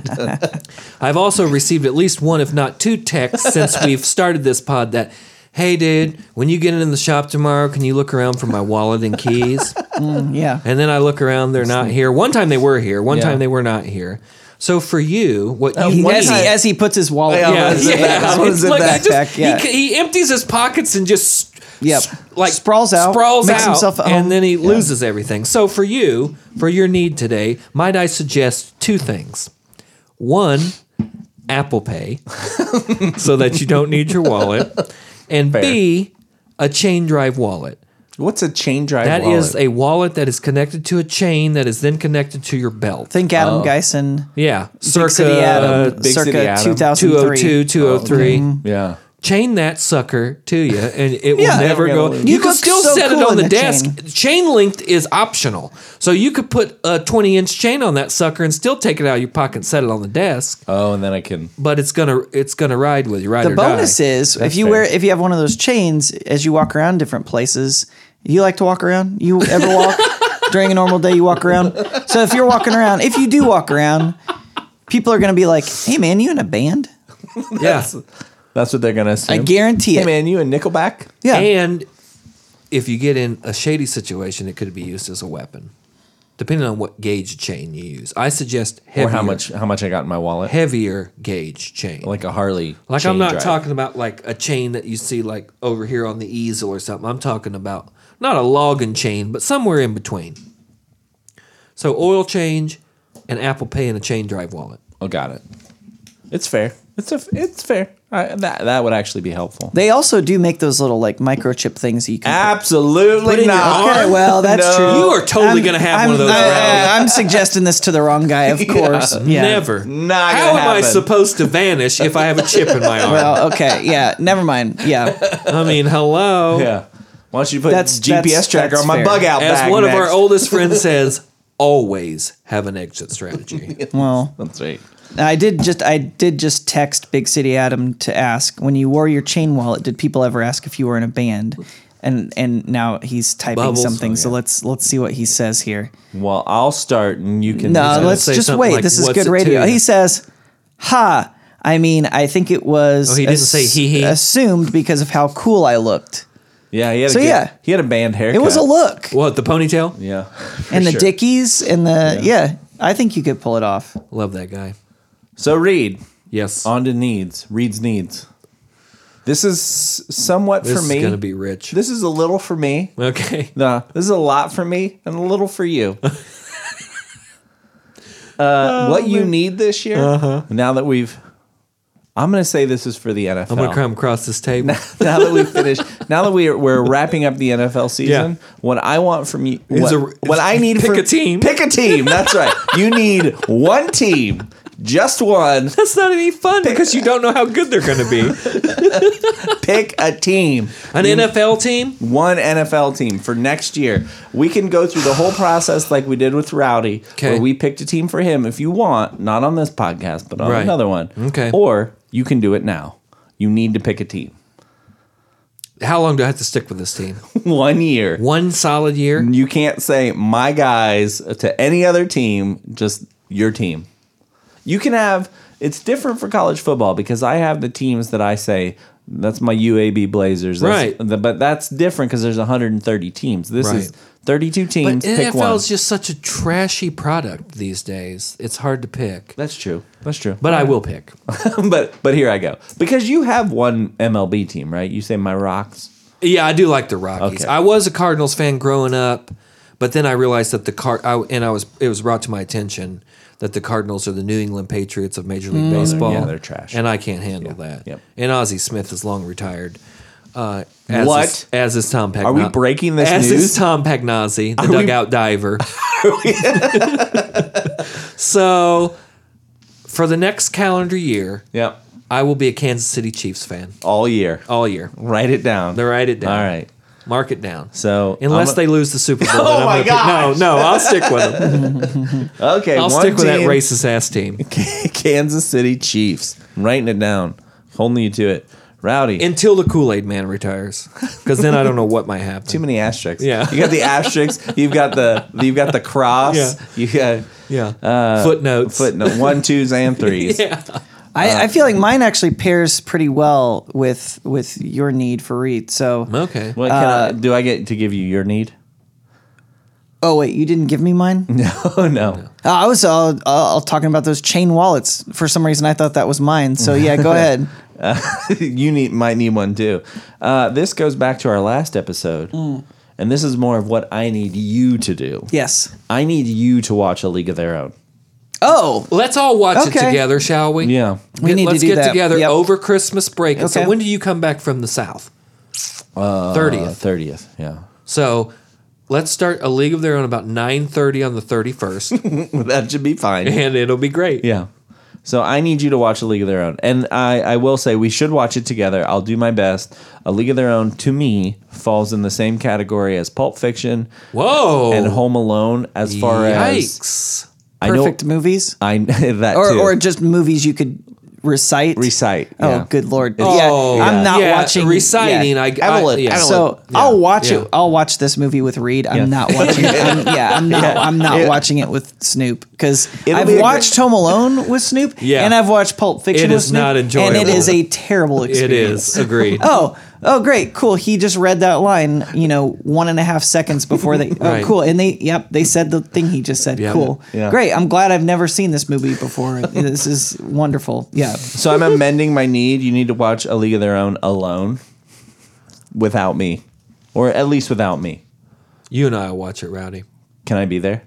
Speaker 2: I've also received at least one, if not two, texts since we've started this pod that, hey, dude, when you get in the shop tomorrow, can you look around for my wallet and keys?
Speaker 3: Yeah.
Speaker 2: And then I look around, they're not here. One time they were here, one
Speaker 1: Yeah.
Speaker 2: time they were not here. So for you, what
Speaker 1: Uh,
Speaker 2: you
Speaker 1: one
Speaker 3: As he,
Speaker 1: time-
Speaker 3: as he puts his wallet
Speaker 1: Yeah,
Speaker 3: down.
Speaker 1: I'll zip back. I'll
Speaker 2: it's
Speaker 3: zip
Speaker 2: like
Speaker 3: back,
Speaker 2: he just-
Speaker 3: back, yeah.
Speaker 2: He, he empties his pockets and just
Speaker 3: Yep.
Speaker 2: s- like
Speaker 3: Sprawls out,
Speaker 2: sprawls
Speaker 3: makes
Speaker 2: out,
Speaker 3: himself at home.
Speaker 2: and then he
Speaker 3: Yeah.
Speaker 2: loses everything. So for you, for your need today, might I suggest two things? One, Apple Pay, so that you don't need your wallet, and
Speaker 1: Fair.
Speaker 2: B, a chain drive wallet.
Speaker 1: What's a chain drive?
Speaker 2: That is
Speaker 1: wallet?
Speaker 2: a wallet that is connected to a chain that is then connected to your belt.
Speaker 3: Think Adam
Speaker 1: Oh.
Speaker 3: Geisen,
Speaker 2: yeah,
Speaker 3: Big City
Speaker 2: uh,
Speaker 3: Adam, oh
Speaker 1: Big
Speaker 3: circa
Speaker 1: City Adam.
Speaker 3: 2003.
Speaker 2: 202, 203.
Speaker 1: yeah.
Speaker 2: chain that sucker to you and it will
Speaker 3: Yeah.
Speaker 2: never go
Speaker 1: You
Speaker 2: you,
Speaker 3: look
Speaker 2: can still
Speaker 3: so
Speaker 2: set it
Speaker 3: cool
Speaker 2: on
Speaker 3: in
Speaker 2: the,
Speaker 3: the
Speaker 2: desk
Speaker 3: chain.
Speaker 2: chain. linked is optional so you could put a 20 inch chain on that sucker and still take it out of your pocket and set it on the desk
Speaker 1: Oh, and then I can.
Speaker 2: but it's gonna it's gonna ride with you right
Speaker 3: The
Speaker 2: or
Speaker 3: bonus
Speaker 2: die.
Speaker 3: is if you
Speaker 1: fair.
Speaker 3: wear if you have one of those chains as you walk around different places. You like to walk around? You ever walk during a normal day? You walk around. So if you're walking around, if you do walk around, people are going to be like, "Hey man, you in a band?"
Speaker 2: yeah
Speaker 1: That's what they're gonna assume.
Speaker 3: I guarantee
Speaker 1: Hey
Speaker 3: it.
Speaker 1: man, you and Nickelback?
Speaker 3: Yeah.
Speaker 2: and if you get in a shady situation it could be used as a weapon depending on what gauge chain you use i suggest heavier,
Speaker 1: Or how much? How much I got in my wallet?
Speaker 2: heavier gauge chain
Speaker 1: Like a Harley.
Speaker 2: Like
Speaker 1: chain
Speaker 2: I'm not
Speaker 1: drive.
Speaker 2: talking about like a chain that you see like over here on the easel or something. I'm talking about not a logging chain, but somewhere in between. So oil change and Apple Pay and a chain drive wallet.
Speaker 1: Oh, got it. It's fair. It's a. It's fair. I, that that would actually be helpful.
Speaker 3: They also do make those little like microchip things that you can.
Speaker 1: Absolutely
Speaker 2: in your
Speaker 1: not.
Speaker 3: Okay, well that's
Speaker 1: No.
Speaker 3: true.
Speaker 2: Ah, You are totally
Speaker 3: I'm-
Speaker 2: gonna have
Speaker 3: I'm-
Speaker 2: one of those
Speaker 3: I,
Speaker 2: around.
Speaker 3: am suggesting this to the wrong guy, of course. Yeah.
Speaker 2: Never.
Speaker 1: Not
Speaker 2: How am
Speaker 1: gonna
Speaker 2: I
Speaker 1: happen.
Speaker 2: supposed to vanish if I have a chip in my arm?
Speaker 3: Well, okay, yeah. Never mind. Yeah,
Speaker 2: I mean, hello.
Speaker 1: Yeah. Why don't you put
Speaker 3: That's-
Speaker 1: GPS
Speaker 3: that's-
Speaker 1: tracker
Speaker 3: that's
Speaker 1: on my
Speaker 3: fair.
Speaker 1: bug out
Speaker 2: As
Speaker 1: bag
Speaker 2: one of our
Speaker 1: next?
Speaker 2: oldest friends says, always have an exit strategy.
Speaker 3: well,
Speaker 1: That's right.
Speaker 3: I did just I did just text Big City Adam to ask when you wore your chain wallet. Did people ever ask if you were in a band? And and now he's typing
Speaker 2: Bubbles.
Speaker 3: something.
Speaker 2: Oh,
Speaker 3: So
Speaker 2: yeah.
Speaker 3: let's let's see what he says here.
Speaker 1: Well, I'll start and you can.
Speaker 3: No,
Speaker 2: gonna
Speaker 3: let's
Speaker 2: say
Speaker 3: just
Speaker 2: something
Speaker 3: wait.
Speaker 2: like,
Speaker 3: this is
Speaker 2: "What's it
Speaker 3: good
Speaker 2: to
Speaker 3: radio.
Speaker 2: you?"
Speaker 3: He says, "Ha." I mean, I think it was.
Speaker 2: Oh, he didn't say he, he.
Speaker 3: Assumed because of how cool I looked.
Speaker 1: Yeah, he had.
Speaker 3: So,
Speaker 1: a good-
Speaker 3: yeah.
Speaker 1: he had a band haircut.
Speaker 3: It was a look.
Speaker 2: What, the ponytail?
Speaker 1: Yeah.
Speaker 3: and the
Speaker 1: sure.
Speaker 3: Dickies and the yeah. I think you could pull it off.
Speaker 2: Love that guy.
Speaker 1: So Reed,
Speaker 2: Yes.
Speaker 1: on to needs. Reed's needs. This is somewhat for
Speaker 2: this
Speaker 1: me.
Speaker 2: is going to be rich.
Speaker 1: This is a little for me.
Speaker 2: okay.
Speaker 1: No, this is a lot for me and a little for you. uh,
Speaker 2: Oh,
Speaker 1: what you need this year?
Speaker 2: Uh-huh.
Speaker 1: Now that we've, I'm going to say this is for the NFL.
Speaker 2: I'm gonna come across this table.
Speaker 1: now that we finished, now that we are, we're wrapping up the NFL season,
Speaker 2: Yeah.
Speaker 1: what I want from you,
Speaker 2: Is
Speaker 1: what,
Speaker 2: a-
Speaker 1: what I need
Speaker 2: pick
Speaker 1: from,
Speaker 2: a team.
Speaker 1: pick a team. That's right. You need one team, just one.
Speaker 2: That's not any fun because you don't know how good they're gonna be.
Speaker 1: Pick a team,
Speaker 2: An NFL team?
Speaker 1: one NFL team for next year. We can go through the whole process like we did with Rowdy,
Speaker 2: Okay.
Speaker 1: where we picked a team for him if you want, not on this podcast, but on
Speaker 2: Right.
Speaker 1: another one.
Speaker 2: Okay.
Speaker 1: or you can do it now. You need to pick a team.
Speaker 2: How long do I have to stick with this team?
Speaker 1: One year.
Speaker 2: One solid year?
Speaker 1: You can't say my guys to any other team, just your team. You can have it's different for college football because I have the teams that I say that's my UAB Blazers, that's-
Speaker 2: Right.
Speaker 1: the- but that's different because there's 130 teams. This is
Speaker 2: Right.
Speaker 1: 32
Speaker 2: But
Speaker 1: teams. pick
Speaker 2: NFL
Speaker 1: one.
Speaker 2: is just such a trashy product these days. It's hard to pick.
Speaker 1: that's true. That's true.
Speaker 2: But I will pick.
Speaker 1: but but here I go because you have one MLB team, right? You say my rocks.
Speaker 2: Yeah, I do like the Rockies.
Speaker 1: Okay.
Speaker 2: I was a Cardinals fan growing up, but then I realized that the car I, and I was it was brought to my attention that the Cardinals are the New England Patriots of Major League Baseball.
Speaker 1: yeah, they're trash.
Speaker 2: and I can't handle that.
Speaker 1: yep.
Speaker 2: And Ozzie Smith is long retired. Uh, as
Speaker 1: What?
Speaker 2: is, as is Tom Pagna-
Speaker 1: Are we breaking this
Speaker 2: as
Speaker 1: news?
Speaker 2: is Tom Pagnazzi, the
Speaker 1: we-
Speaker 2: dugout diver. so, for the next calendar year,
Speaker 1: Yep.
Speaker 2: I will be a Kansas City Chiefs fan
Speaker 1: All year.
Speaker 2: all year.
Speaker 1: Write it down.
Speaker 2: Oh. They write it down.
Speaker 1: All right.
Speaker 2: Mark it down.
Speaker 1: So
Speaker 2: Unless
Speaker 1: I'm-
Speaker 2: they lose the Super Bowl.
Speaker 1: Oh
Speaker 2: then I'm
Speaker 1: my
Speaker 2: gonna pick- No, no, I'll stick with them.
Speaker 1: okay,
Speaker 2: I'll
Speaker 1: one
Speaker 2: stick with that
Speaker 1: team.
Speaker 2: racist ass team.
Speaker 1: Kansas City Chiefs. I'm writing it down. Holding you to it. Rowdy.
Speaker 2: until the Kool Aid Man retires, because then I don't know what might happen.
Speaker 1: Too many asterisks.
Speaker 2: Yeah.
Speaker 1: You got the asterisks. You've got the you've got the cross.
Speaker 2: Yeah.
Speaker 1: You got
Speaker 2: yeah, Uh, footnotes.
Speaker 1: footnote one, twos, and threes.
Speaker 3: I, I feel like mine actually pairs pretty well with with your need for read. So
Speaker 2: Okay.
Speaker 1: What can I, do I get to give you your need?
Speaker 3: oh wait, you didn't give me mine.
Speaker 1: No, no.
Speaker 3: Uh, I was uh, uh, talking about those chain wallets. For some reason, I thought that was mine. So yeah, go ahead.
Speaker 1: you need might need one too. Uh, this goes back to our last episode, and this is more of what I need you to do.
Speaker 3: Yes.
Speaker 1: I need you to watch A League of Their Own.
Speaker 3: Oh,
Speaker 2: Let's all watch it
Speaker 3: Okay.
Speaker 2: together, shall we?
Speaker 1: Yeah.
Speaker 3: We
Speaker 2: Get-
Speaker 3: need to
Speaker 2: Let's
Speaker 3: do
Speaker 2: get
Speaker 3: that.
Speaker 2: together
Speaker 3: Yep.
Speaker 2: over Christmas break. And So
Speaker 3: Okay.
Speaker 2: when do you come back from the South? Thirtieth.
Speaker 1: Uh, Thirtieth. Yeah.
Speaker 2: so let's start a league of their own about nine thirty on the thirty first,
Speaker 1: that should be fine.
Speaker 2: and it'll be great.
Speaker 1: Yeah. So I need you to watch A League of Their Own, and I, I will say we should watch it together. I'll do my best. A League of Their Own to me falls in the same category as Pulp Fiction
Speaker 2: Whoa!
Speaker 1: and Home Alone, as far as
Speaker 2: Oh. Yikes!
Speaker 1: I know-
Speaker 3: perfect movies,
Speaker 1: I that
Speaker 3: or
Speaker 1: too.
Speaker 3: or just movies you could recite.
Speaker 1: recite.
Speaker 3: Oh,
Speaker 1: yeah.
Speaker 3: good lord.
Speaker 2: Oh,
Speaker 3: yeah,
Speaker 2: yeah.
Speaker 3: I'm not
Speaker 2: Yeah,
Speaker 3: watching
Speaker 2: reciting, I- I-
Speaker 3: will-
Speaker 2: yeah.
Speaker 3: So
Speaker 2: Yeah.
Speaker 3: I'll watch
Speaker 2: Yeah.
Speaker 3: it. I'll watch this movie with Reed. I'm not watching. it. I'm, yeah, I'm not. I'm not watching it with Snoop because
Speaker 1: It'll
Speaker 3: I've
Speaker 1: be a
Speaker 3: watched Home Alone with Snoop.
Speaker 2: Yeah.
Speaker 3: and I've watched Pulp Fiction.
Speaker 2: It
Speaker 3: with
Speaker 2: is
Speaker 3: Snoop,
Speaker 2: not
Speaker 3: and it
Speaker 2: enjoyable.
Speaker 3: is a terrible
Speaker 2: It
Speaker 3: experience.
Speaker 2: is agreed.
Speaker 3: Oh, oh, great, cool. He just read that line, you know, one and a half seconds before they. Oh,
Speaker 2: Right.
Speaker 3: cool. And they, yep, they said the thing he just said.
Speaker 2: Yeah.
Speaker 3: Cool,
Speaker 1: Yeah.
Speaker 3: great. I'm glad I've never seen this movie before. this is wonderful. Yeah,
Speaker 1: So I'm amending my need. You need to watch A League of Their Own alone, without me, or at least without me.
Speaker 2: You and I will watch it, Rowdy.
Speaker 1: Can I be there?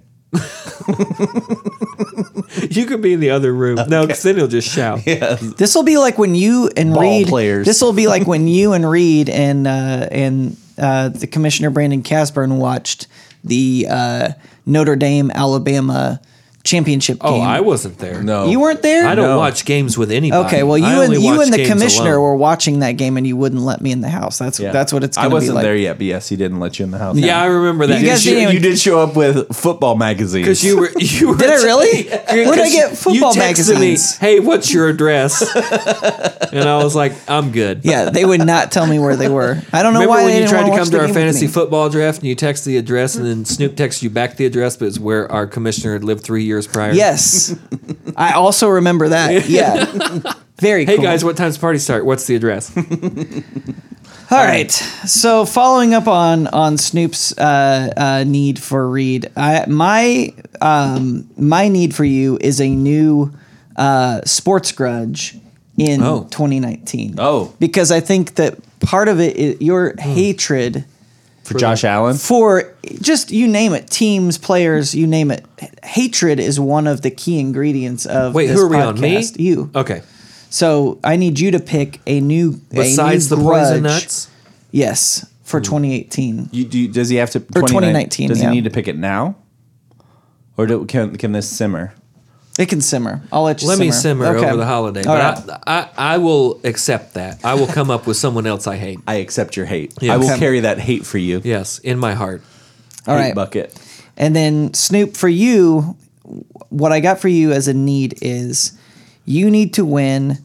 Speaker 2: You could be in the other room. No, because then he'll just shout.
Speaker 3: this will be like when you and
Speaker 1: Ball
Speaker 3: Reed.
Speaker 1: players.
Speaker 3: This will be like when you and Reed and uh, and uh, the commissioner Brandon Casburn watched the uh, Notre Dame Alabama championship game.
Speaker 2: Oh, I wasn't there.
Speaker 1: No,
Speaker 3: you weren't there.
Speaker 2: I don't
Speaker 1: No.
Speaker 2: watch games with anybody.
Speaker 3: Okay, well,
Speaker 2: I
Speaker 3: you and
Speaker 2: only
Speaker 3: you
Speaker 2: watch
Speaker 3: and the
Speaker 2: games
Speaker 3: commissioner
Speaker 2: alone.
Speaker 3: were watching that game, and you wouldn't let me in the house. That's
Speaker 1: Yeah.
Speaker 3: that's what it's.
Speaker 1: I
Speaker 3: Gonna
Speaker 1: wasn't
Speaker 3: be like.
Speaker 1: there yet, but yes, he didn't let you in the house.
Speaker 2: Yeah, I remember that.
Speaker 1: You,
Speaker 3: guys
Speaker 1: did show,
Speaker 3: didn't even-
Speaker 1: you did show up with football magazines.
Speaker 2: Because you were, you were.
Speaker 3: Did I really? Where did I get football
Speaker 2: you texted me,
Speaker 3: magazines?
Speaker 2: hey, what's your address? and I was like, I'm good.
Speaker 3: Yeah, they would not tell me where they were. I don't know
Speaker 2: Remember
Speaker 3: why
Speaker 2: when
Speaker 3: they
Speaker 2: you
Speaker 3: didn't
Speaker 2: tried to
Speaker 3: wanna
Speaker 2: come
Speaker 3: watch
Speaker 2: to
Speaker 3: the
Speaker 2: our
Speaker 3: game with
Speaker 2: fantasy
Speaker 3: me.
Speaker 2: football draft and you text the address and then Snoop texts you back the address, but it's where our commissioner had lived three years prior.
Speaker 3: Yes, I also remember that. Yeah, very.
Speaker 2: Hey
Speaker 3: cool.
Speaker 2: guys, what time's party start? What's the address?
Speaker 3: All right. So following up on on Snoop's uh, uh, need for Reed, I, my um, my need for you is a new uh, sports grudge in
Speaker 2: Oh.
Speaker 3: 2019.
Speaker 1: Oh.
Speaker 3: because I think that part of it is your
Speaker 2: Hmm.
Speaker 3: hatred
Speaker 1: for Josh Allen.
Speaker 3: for just you name it, teams, players, you name it. H- Hatred is one of the key ingredients of
Speaker 2: Wait,
Speaker 3: this
Speaker 2: who are we on? Me?
Speaker 3: podcast. You.
Speaker 2: Okay.
Speaker 3: So I need you to pick a new a
Speaker 2: Besides
Speaker 3: new
Speaker 2: the poison
Speaker 3: grudge.
Speaker 2: nuts?
Speaker 3: Yes,
Speaker 2: Hmm.
Speaker 3: for 2018.
Speaker 1: You, do, does he have to?
Speaker 3: Or 2019,
Speaker 1: Does
Speaker 3: yeah.
Speaker 1: he need to pick it now, or do, can can this simmer?
Speaker 3: It can simmer. I'll let you
Speaker 2: Let
Speaker 3: simmer.
Speaker 2: me simmer
Speaker 3: Okay.
Speaker 2: over the holiday.
Speaker 3: All
Speaker 2: But
Speaker 3: right.
Speaker 2: I, I, I will accept that. I will come up with someone else I hate.
Speaker 1: I accept your hate.
Speaker 2: Yeah.
Speaker 1: I will
Speaker 2: Okay.
Speaker 1: carry that hate for you.
Speaker 2: Yes, in my heart.
Speaker 3: All
Speaker 1: hate
Speaker 3: right.
Speaker 1: bucket.
Speaker 3: And then Snoop, for you, what I got for you as a need is you need to win.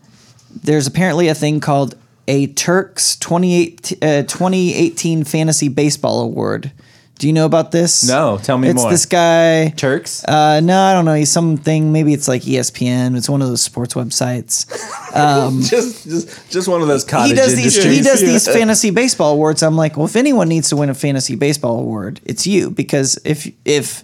Speaker 3: There's apparently a thing called a Turks 28, uh, 2018 Fantasy Baseball Award. Do you know about this?
Speaker 1: No, tell me
Speaker 3: it's
Speaker 1: more.
Speaker 3: This guy
Speaker 1: Turks.
Speaker 3: Uh, no, I don't know. He's something. Maybe it's like E ESPN. It's one of those sports websites.
Speaker 1: just just just one of those cottage
Speaker 3: Um, he does these he
Speaker 1: industries.
Speaker 3: does these fantasy baseball awards. I'm like, well, if anyone needs to win a fantasy baseball award, it's you because if if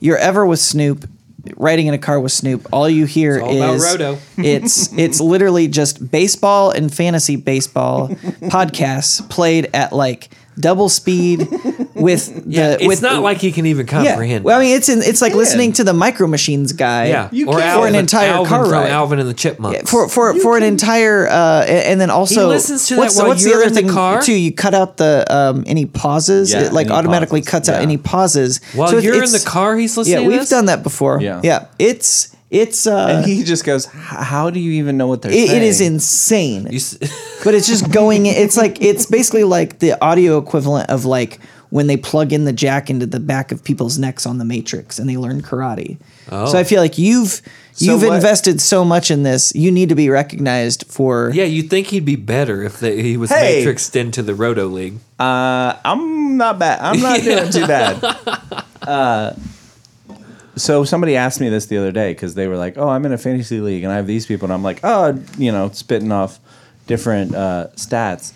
Speaker 3: you're ever with Snoop, riding in a car with Snoop, all you hear
Speaker 2: all about
Speaker 3: is
Speaker 2: Roto.
Speaker 3: it's it's literally just baseball and fantasy baseball podcasts played at like double speed with the
Speaker 2: Yeah, it's
Speaker 3: with
Speaker 2: not like he can even comprehend.
Speaker 3: Well, I mean, it's in, it's like
Speaker 1: Man.
Speaker 3: listening to the Micro Machines guy.
Speaker 2: yeah,
Speaker 1: you
Speaker 2: or
Speaker 1: can.
Speaker 2: Alvin,
Speaker 1: For an
Speaker 3: entire
Speaker 2: Alvin
Speaker 3: car
Speaker 2: from
Speaker 3: ride.
Speaker 2: Alvin and the Chipmunks.
Speaker 3: for for for an entire uh, a- and then also
Speaker 2: listens to that while you're in the car?
Speaker 3: too? You cut out the um, any pauses.
Speaker 1: Yeah,
Speaker 3: it like
Speaker 1: any
Speaker 3: automatically
Speaker 1: pauses.
Speaker 3: cuts out
Speaker 1: Yeah.
Speaker 3: any pauses.
Speaker 2: While
Speaker 3: So it's-
Speaker 2: you're in the
Speaker 3: it's-
Speaker 2: car, he's listening.
Speaker 3: Yeah,
Speaker 2: to
Speaker 3: we've
Speaker 2: this?
Speaker 3: done that before.
Speaker 1: Yeah.
Speaker 3: yeah. It's it's uh,
Speaker 1: and he just goes, "H- "How do you even know what they're
Speaker 3: it,
Speaker 1: saying?"
Speaker 3: it is insane.
Speaker 2: You s-
Speaker 3: but it's just going. It's like it's basically like the audio equivalent of like when they plug in the jack into the back of people's necks on the Matrix and they learn karate. So
Speaker 2: Oh.
Speaker 3: I feel like you've you've
Speaker 1: what-
Speaker 3: invested so much in this. You need to be recognized for
Speaker 2: Yeah, you'd think he'd be better if they, he was
Speaker 1: Hey!
Speaker 2: matrixed into the Roto League.
Speaker 1: Uh, I'm not bad. I'm not doing too bad. Uh, so somebody asked me this the other day because they were like, "Oh, I'm in a fantasy league and I have these people," and I'm like, "Oh, you know, spitting off different uh, stats."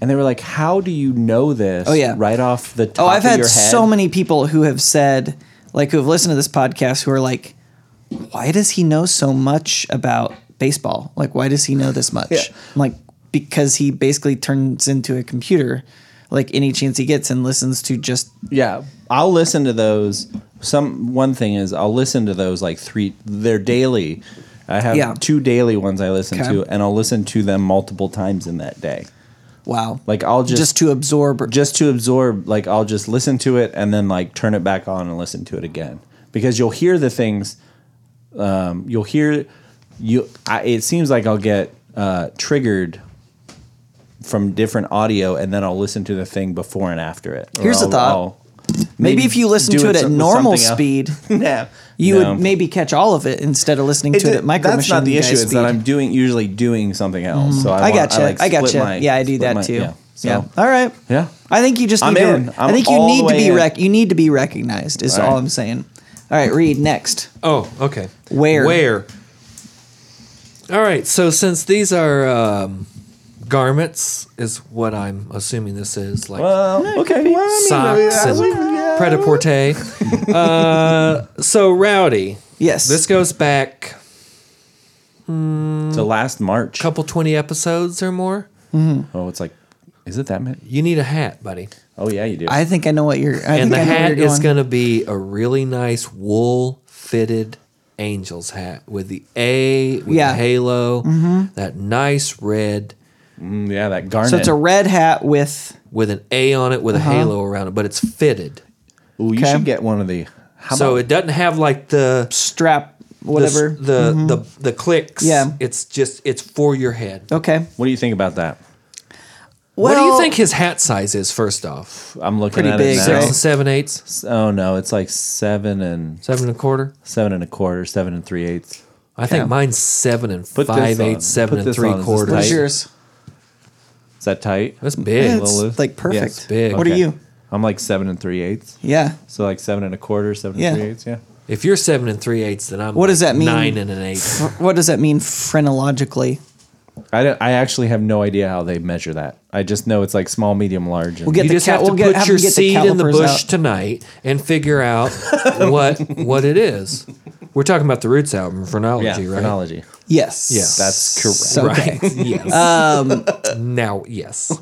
Speaker 1: And they were like, "How do you know this?
Speaker 3: Oh, yeah.
Speaker 1: right off the top
Speaker 3: Oh, I've
Speaker 1: of
Speaker 3: had
Speaker 1: your head?"
Speaker 3: so many people who have said, like, who have listened to this podcast, who are like, "Why does he know so much about baseball? Like, why does he know this much?"
Speaker 1: Yeah.
Speaker 3: I'm like, because he basically turns into a computer, like any chance he gets, and listens to just
Speaker 1: Yeah, I'll listen to those. Some one thing is I'll listen to those like three. They're daily. I have
Speaker 3: Yeah.
Speaker 1: two daily ones I listen
Speaker 3: Okay.
Speaker 1: to, and I'll listen to them multiple times in that day.
Speaker 3: wow,
Speaker 1: Like I'll
Speaker 3: just,
Speaker 1: just
Speaker 3: to absorb.
Speaker 1: just to absorb like i'll just listen to it and then like turn it back on and listen to it again because you'll hear the things um, you'll hear you I, it seems like i'll get uh, triggered from different audio and then i'll listen to the thing before and after it Or
Speaker 3: Here's a
Speaker 1: I'll-
Speaker 3: thought. maybe, if you listen
Speaker 1: do
Speaker 3: to it
Speaker 1: so-
Speaker 3: at
Speaker 1: with
Speaker 3: normal
Speaker 1: something else.
Speaker 3: speed,
Speaker 1: yeah
Speaker 3: you
Speaker 1: No.
Speaker 3: would maybe catch all of it instead of listening
Speaker 1: It-
Speaker 3: to it at micro
Speaker 1: that's not
Speaker 3: machine
Speaker 1: the
Speaker 3: guy
Speaker 1: issue it's
Speaker 3: speed. Mm.
Speaker 1: that i'm doing usually doing something else so i,
Speaker 3: I
Speaker 1: want-
Speaker 3: gotcha.
Speaker 1: like,
Speaker 3: I
Speaker 1: split
Speaker 3: gotcha.
Speaker 1: my-
Speaker 3: yeah, I do
Speaker 1: split
Speaker 3: that
Speaker 1: my-
Speaker 3: too.
Speaker 1: yeah.
Speaker 3: Yeah.
Speaker 1: So-
Speaker 3: All right.
Speaker 1: Yeah.
Speaker 3: I think you just.
Speaker 1: I'm
Speaker 3: need to-
Speaker 1: in.
Speaker 3: i
Speaker 1: I'm
Speaker 3: think you
Speaker 1: all the
Speaker 3: need to
Speaker 1: way
Speaker 3: be
Speaker 1: in.
Speaker 3: rec- You need to be recognized. Is
Speaker 1: All
Speaker 3: all,
Speaker 1: right.
Speaker 3: I'm saying. All right. Read next.
Speaker 2: Oh, okay.
Speaker 3: Where?
Speaker 2: Where? All right. So since these are um, garments, is what I'm assuming this is like
Speaker 1: well okay well, I mean,
Speaker 2: socks and
Speaker 1: yeah, yeah.
Speaker 2: pret a porter. uh, so rowdy.
Speaker 3: Yes.
Speaker 2: This goes back
Speaker 1: to last march
Speaker 2: a couple twenty episodes or more.
Speaker 1: Oh, it's like, is it that many?
Speaker 2: You need a hat, buddy.
Speaker 1: Oh yeah, you do.
Speaker 3: I think I know what you're. I
Speaker 2: and
Speaker 3: think
Speaker 2: the
Speaker 3: I know where
Speaker 2: hat
Speaker 3: you're
Speaker 2: is
Speaker 3: going.
Speaker 2: going to be a really nice wool fitted angel's hat with the A, with
Speaker 3: Yeah. Mm-hmm.
Speaker 2: the halo, that nice red
Speaker 1: Mm, yeah, that garnet.
Speaker 3: So it's a red hat with.
Speaker 2: with an A on it with
Speaker 3: Uh-huh.
Speaker 2: a halo around it, but it's fitted.
Speaker 1: Ooh, you
Speaker 3: Okay.
Speaker 1: should get one of the. How
Speaker 2: so
Speaker 1: about,
Speaker 2: it doesn't have like the
Speaker 3: Strap,
Speaker 2: the s-
Speaker 3: whatever. Mm-hmm.
Speaker 2: the, the the clicks.
Speaker 3: Yeah.
Speaker 2: It's just it's for your head.
Speaker 3: okay.
Speaker 1: what do you think about that?
Speaker 2: what do you
Speaker 3: Well-
Speaker 2: think his hat size is first off?
Speaker 1: I'm looking
Speaker 3: Pretty
Speaker 1: at
Speaker 3: big,
Speaker 1: it
Speaker 2: Six
Speaker 1: now.
Speaker 3: right?
Speaker 2: and seven eighths,
Speaker 1: Oh no, it's like seven and
Speaker 2: seven and a quarter.
Speaker 1: seven and a quarter, seven and three eighths.
Speaker 2: I think mine's seven and
Speaker 1: Put this
Speaker 2: five
Speaker 1: on.
Speaker 2: eighths, seven
Speaker 1: Put
Speaker 2: and
Speaker 1: this
Speaker 2: three
Speaker 1: on. This is
Speaker 2: quarters.
Speaker 1: tight.
Speaker 3: What's yours?
Speaker 1: Is that tight?
Speaker 2: That's big.
Speaker 1: A
Speaker 3: Yeah,
Speaker 1: little
Speaker 3: it's,
Speaker 1: loose?
Speaker 3: like,
Speaker 1: Yeah,
Speaker 3: perfect.
Speaker 1: it's
Speaker 2: Big.
Speaker 3: What are you?
Speaker 1: I'm like seven and three eighths.
Speaker 3: Yeah.
Speaker 1: So like seven and a quarter, seven
Speaker 3: Yeah.
Speaker 1: and three eighths. Yeah.
Speaker 2: If you're seven and three eighths, then I'm.
Speaker 3: What does that mean?
Speaker 2: Nine and an eight.
Speaker 3: F- What does that mean phrenologically?
Speaker 1: I, don't, I actually have no idea how they measure that. I just know it's like small, medium, large. And
Speaker 3: We'll get
Speaker 2: You
Speaker 3: the
Speaker 2: just
Speaker 3: cat-
Speaker 2: have to
Speaker 3: we'll get-
Speaker 2: put
Speaker 3: have
Speaker 2: your
Speaker 3: them get the
Speaker 2: seed in the
Speaker 3: calipers
Speaker 2: bush
Speaker 3: out.
Speaker 2: tonight and figure out what what it is. We're talking about the Roots album, Phrenology,
Speaker 1: yeah,
Speaker 2: right?
Speaker 1: phrenology.
Speaker 3: Yes.
Speaker 2: Yeah.
Speaker 1: That's correct.
Speaker 3: So-
Speaker 2: Right. yes. Um, now, yes.